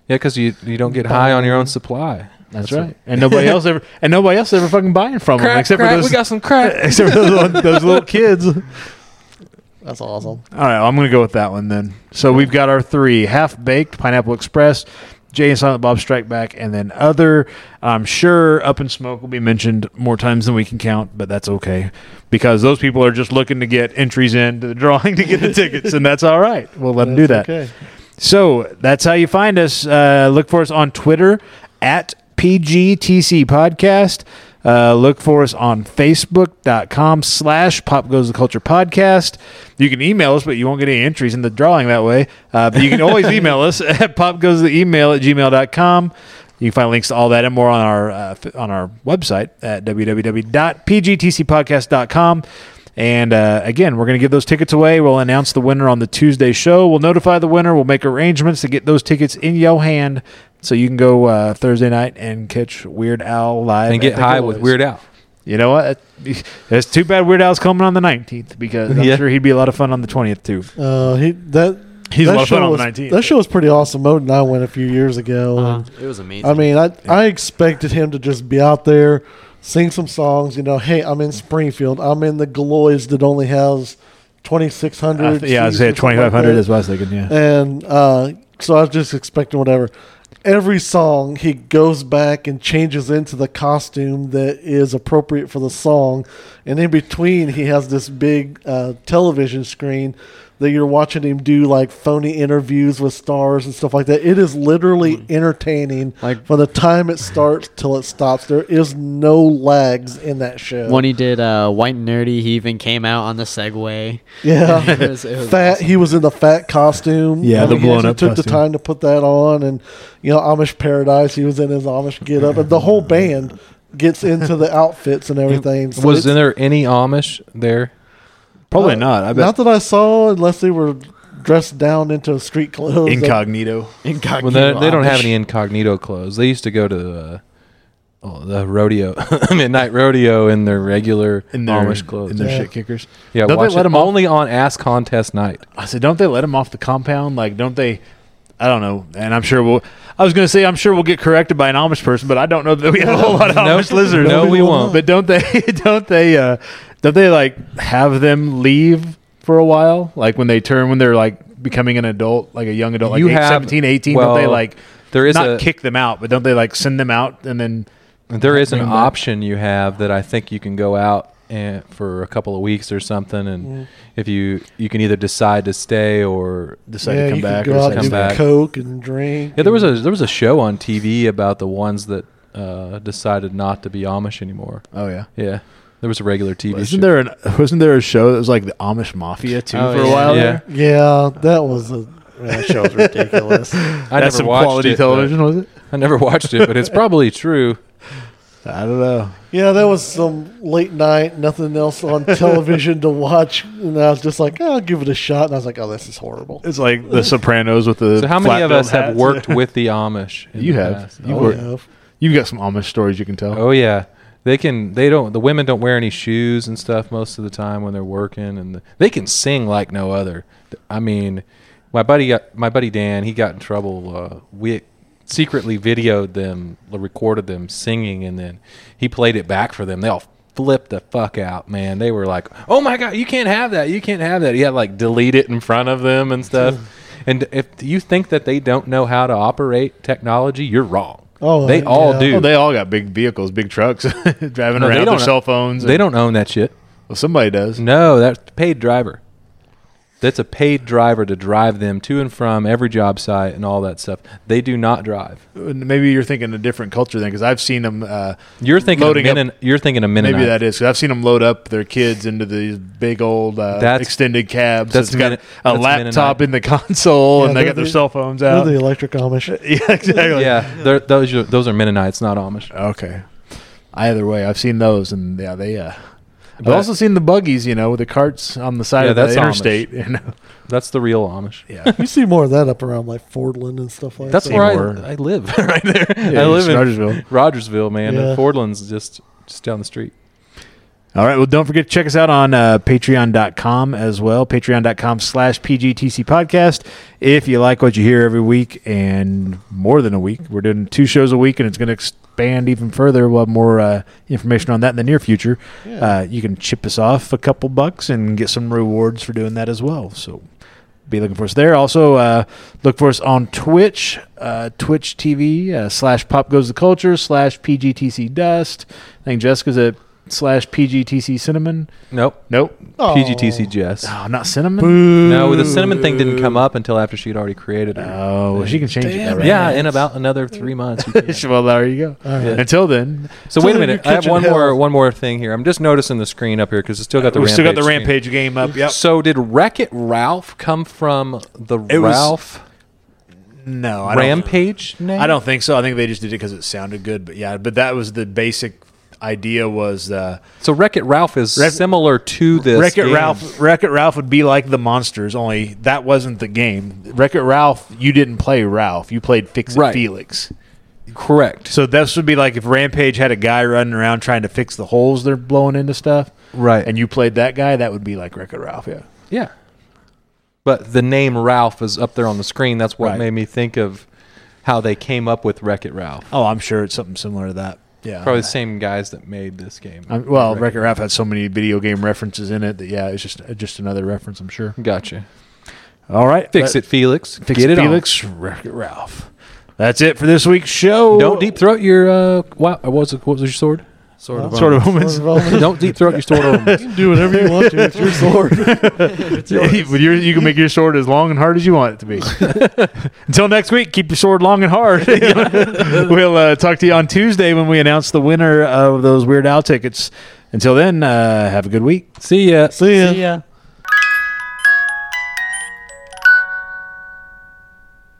Yeah, because you you don't get high on your own supply. That's, right. And nobody else ever and nobody else ever fucking buying from them except for those some crack. except for those, little- those little kids. That's awesome. All right, I'm going to go with that one then. So we've got our three half baked Pineapple Express, Jay and Silent Bob Strike Back, and then other. I'm sure Up in Smoke will be mentioned more times than we can count, but that's okay because those people are just looking to get entries into the drawing to get the tickets, and that's all right. We'll let them do that. That's Okay. So that's how you find us. Uh, look for us on Twitter at PGTC Podcast. Uh, look for us on Facebook.com slash Pop Goes the Culture Podcast. You can email us, but you won't get any entries in the drawing that way. Uh, but you can always email us at popgoestheemail at gmail.com. You can find links to all that and more on our uh, f- on our website at www.pgtcpodcast.com. And uh, again, we're going to give those tickets away. We'll announce the winner on the Tuesday show. We'll notify the winner. We'll make arrangements to get those tickets in your hand so you can go uh, Thursday night and catch Weird Al live and get at the high with Gilroy's. Weird Al. You know what? It's too bad Weird Al's coming on the 19th because I'm Yeah. sure he'd be a lot of fun on the 20th too. Uh, he that He's that a lot of fun show on the was, 19th. That show was pretty awesome. Mode and I went a few years ago. Uh, Uh-huh. and it was amazing. I mean, I I expected him to just be out there, sing some songs. You know, hey, I'm in Springfield. I'm in the Galois that only has twenty six I hundred. th- Uh, yeah, I'd say 2,500 is what I was thinking. Yeah. And uh, so I was just expecting whatever. Every song he goes back and changes into the costume that is appropriate for the song, and in between he has this big uh, television screen that you're watching him do like phony interviews with stars and stuff like that. It is literally entertaining Like- from the time it starts till it stops. There is no lags in that show. when he did uh, White and Nerdy, he even came out on the Segway. Yeah, It was- it was fat. awesome. He was in the fat costume. Yeah, I the mean, he blown actually up took the costume. time to put that on, and you know Amish Paradise. He was in his Amish get up, and the whole band gets into the outfits and everything. So Was it's- there any Amish there? Probably uh, not. I bet Not that I saw, unless they were dressed down into street clothes. incognito. Incognito Well, they, they don't have Amish. any incognito clothes. They used to go to uh, oh, the rodeo, midnight rodeo, in their regular In their, Amish clothes. In their Yeah. shit kickers. yeah, Don't they watch let it 'em off? only on ass contest night. I said, don't they let him off the compound? Like, don't they? I don't know. And I'm sure we'll. I was going to say, I'm sure we'll get corrected by an Amish person, but I don't know that we have a whole lot of No. Amish listeners. No, we won't. But don't they? Don't they? Uh, don't they like have them leave for a while? Like when they turn, when they're like becoming an adult, like a young adult, Oh, like You eight, have- 17, 18, don't they well, like There is not a kick them out, but don't they like send them out and then? there is an bring them back. option you have that I think you can go out and, for a couple of weeks or something, and Mm. if you you can either decide to stay or decide Yeah, to come you back could go or out something. and come do back. coke and drink. yeah. There was a there was a show on TV about the ones that uh, decided not to be Amish anymore. Oh yeah. Yeah, there was a regular TV. show. Wasn't there an wasn't there a show that was like the Amish Mafia too Oh, for a yeah. while? Yeah. there? yeah, that was a that show was ridiculous. I That's never some watched quality it, but- television, was it? I never watched it, but it's probably true. I don't know. Yeah, that was some late night, nothing else on television to watch, and I was just like, "Oh, I'll give it a shot. And I was like, oh, this is horrible. It's like The Sopranos with the. So how many of flat-billed us have hats. worked with the Amish? in You the have. past? You Oh, were- yeah. You've got some Amish stories you can tell. Oh yeah, they can. They don't. The women don't wear any shoes and stuff most of the time when they're working, and the, they can sing like no other. I mean, my buddy, got, my buddy Dan, he got in trouble. Uh, we secretly videoed them, recorded them singing, and then he played it back for them. They all flipped the fuck out, man. They were like, "Oh my god, you can't have that! You can't have that!" He had to, like delete it in front of them and stuff. And if you think that they don't know how to operate technology, you're wrong. Oh, they all yeah. do. Well, they all got big vehicles, big trucks, driving No, they around with don't- their cell phones. They and- don't own that shit. Well, somebody does. No, that's paid driver. That's a paid driver to drive them to and from every job site and all that stuff. They do not drive. Maybe you're thinking a different culture then, because I've seen them. Uh, You're thinking Loading a up- Menon, you're thinking a Mennonite. Maybe that is. Cause I've seen them load up their kids into these big old uh, That's- extended cabs. that's it's got Mennonite- a that's laptop Mennonite. in the console, Yeah, and they they're got their the- cell phones They're out. the electric Amish. yeah, exactly. yeah, they're- those are, those are Mennonites, not Amish. Okay. Either way, I've seen those, and yeah, they. Uh, I've But- also seen the buggies, you know, with the carts on the side Yeah, of the that's Amish. interstate. You know, That's the real Amish. yeah. You see more of that up around like Fordland and stuff like That's that. where Seymour. I, I live, right there. Yeah, I it's live in Rogersville. Rogersville, man. Yeah. And Fordland's just just down the street. All right. Well, don't forget to check us out on uh, patreon.com as well. Patreon.com slash PGTC podcast. If you like what you hear every week and more than a week, we're doing two shows a week and it's going to expand even further. We'll have more uh, information on that in the near future. Yeah. Uh, you can chip us off a couple bucks and get some rewards for doing that as well. So be looking for us there. Also, uh, look for us on Twitch, uh, Twitch TV uh, slash Pop Goes the Culture slash PGTC Dust. I think Jessica's at slash PGTC Cinnamon. Nope. Nope. Aw. PGTC Jess. Oh, not cinnamon. No, the cinnamon thing didn't come up until after she'd already created it. Oh, well, she can change it. Damn Right? yeah, in about another three months. you can. well, there you go. All right. Until then, So So wait a then minute. your I have kitchen one more help. one more thing here. I'm just noticing the screen up here because it's still got the we rampage still got the screen. rampage game up. Yep. So did Wreck It Ralph come from the It was- Ralph? No, I Rampage name? Don't, I don't think so. I think they just did it because it sounded good. But yeah, but that was the basic idea was uh, So Wreck It Ralph is Wreck- similar to this. Wreck It game. Ralph. Wreck It Ralph would be like the monsters, only that wasn't the game. Wreck It Ralph, you didn't play Ralph. You played Fix It Right. Felix. Correct. So this would be like if Rampage had a guy running around trying to fix the holes they're blowing into stuff, Right. and you played that guy. That would be like Wreck It Ralph. Yeah. Yeah. But the name Ralph is up there on the screen. That's what Right. made me think of how they came up with Wreck It Ralph. Oh, I'm sure it's something similar to that. Yeah. Probably the same guys that made this game. Uh, I'm, well, Wreck It Ralph had so many video game references in it that yeah, it's just uh, just another reference. I'm sure. Gotcha. All right, Fix it, Felix. Fix it, Get it on. Felix. Wreck It Ralph. That's it for this week's show. Don't deep throat your uh. Wow, what was, it, what was your sword? Sort of. Sort of omens. Don't Don't deep throat your sword. Omens. do whatever you want to with your sword. With your- you can make your sword as long and hard as you want it to be. Until next week, keep your sword long and hard. we'll uh, talk to you on Tuesday when we announce the winner of those Weird Al tickets. Until then, uh, have a good week. See ya. See ya. yeah.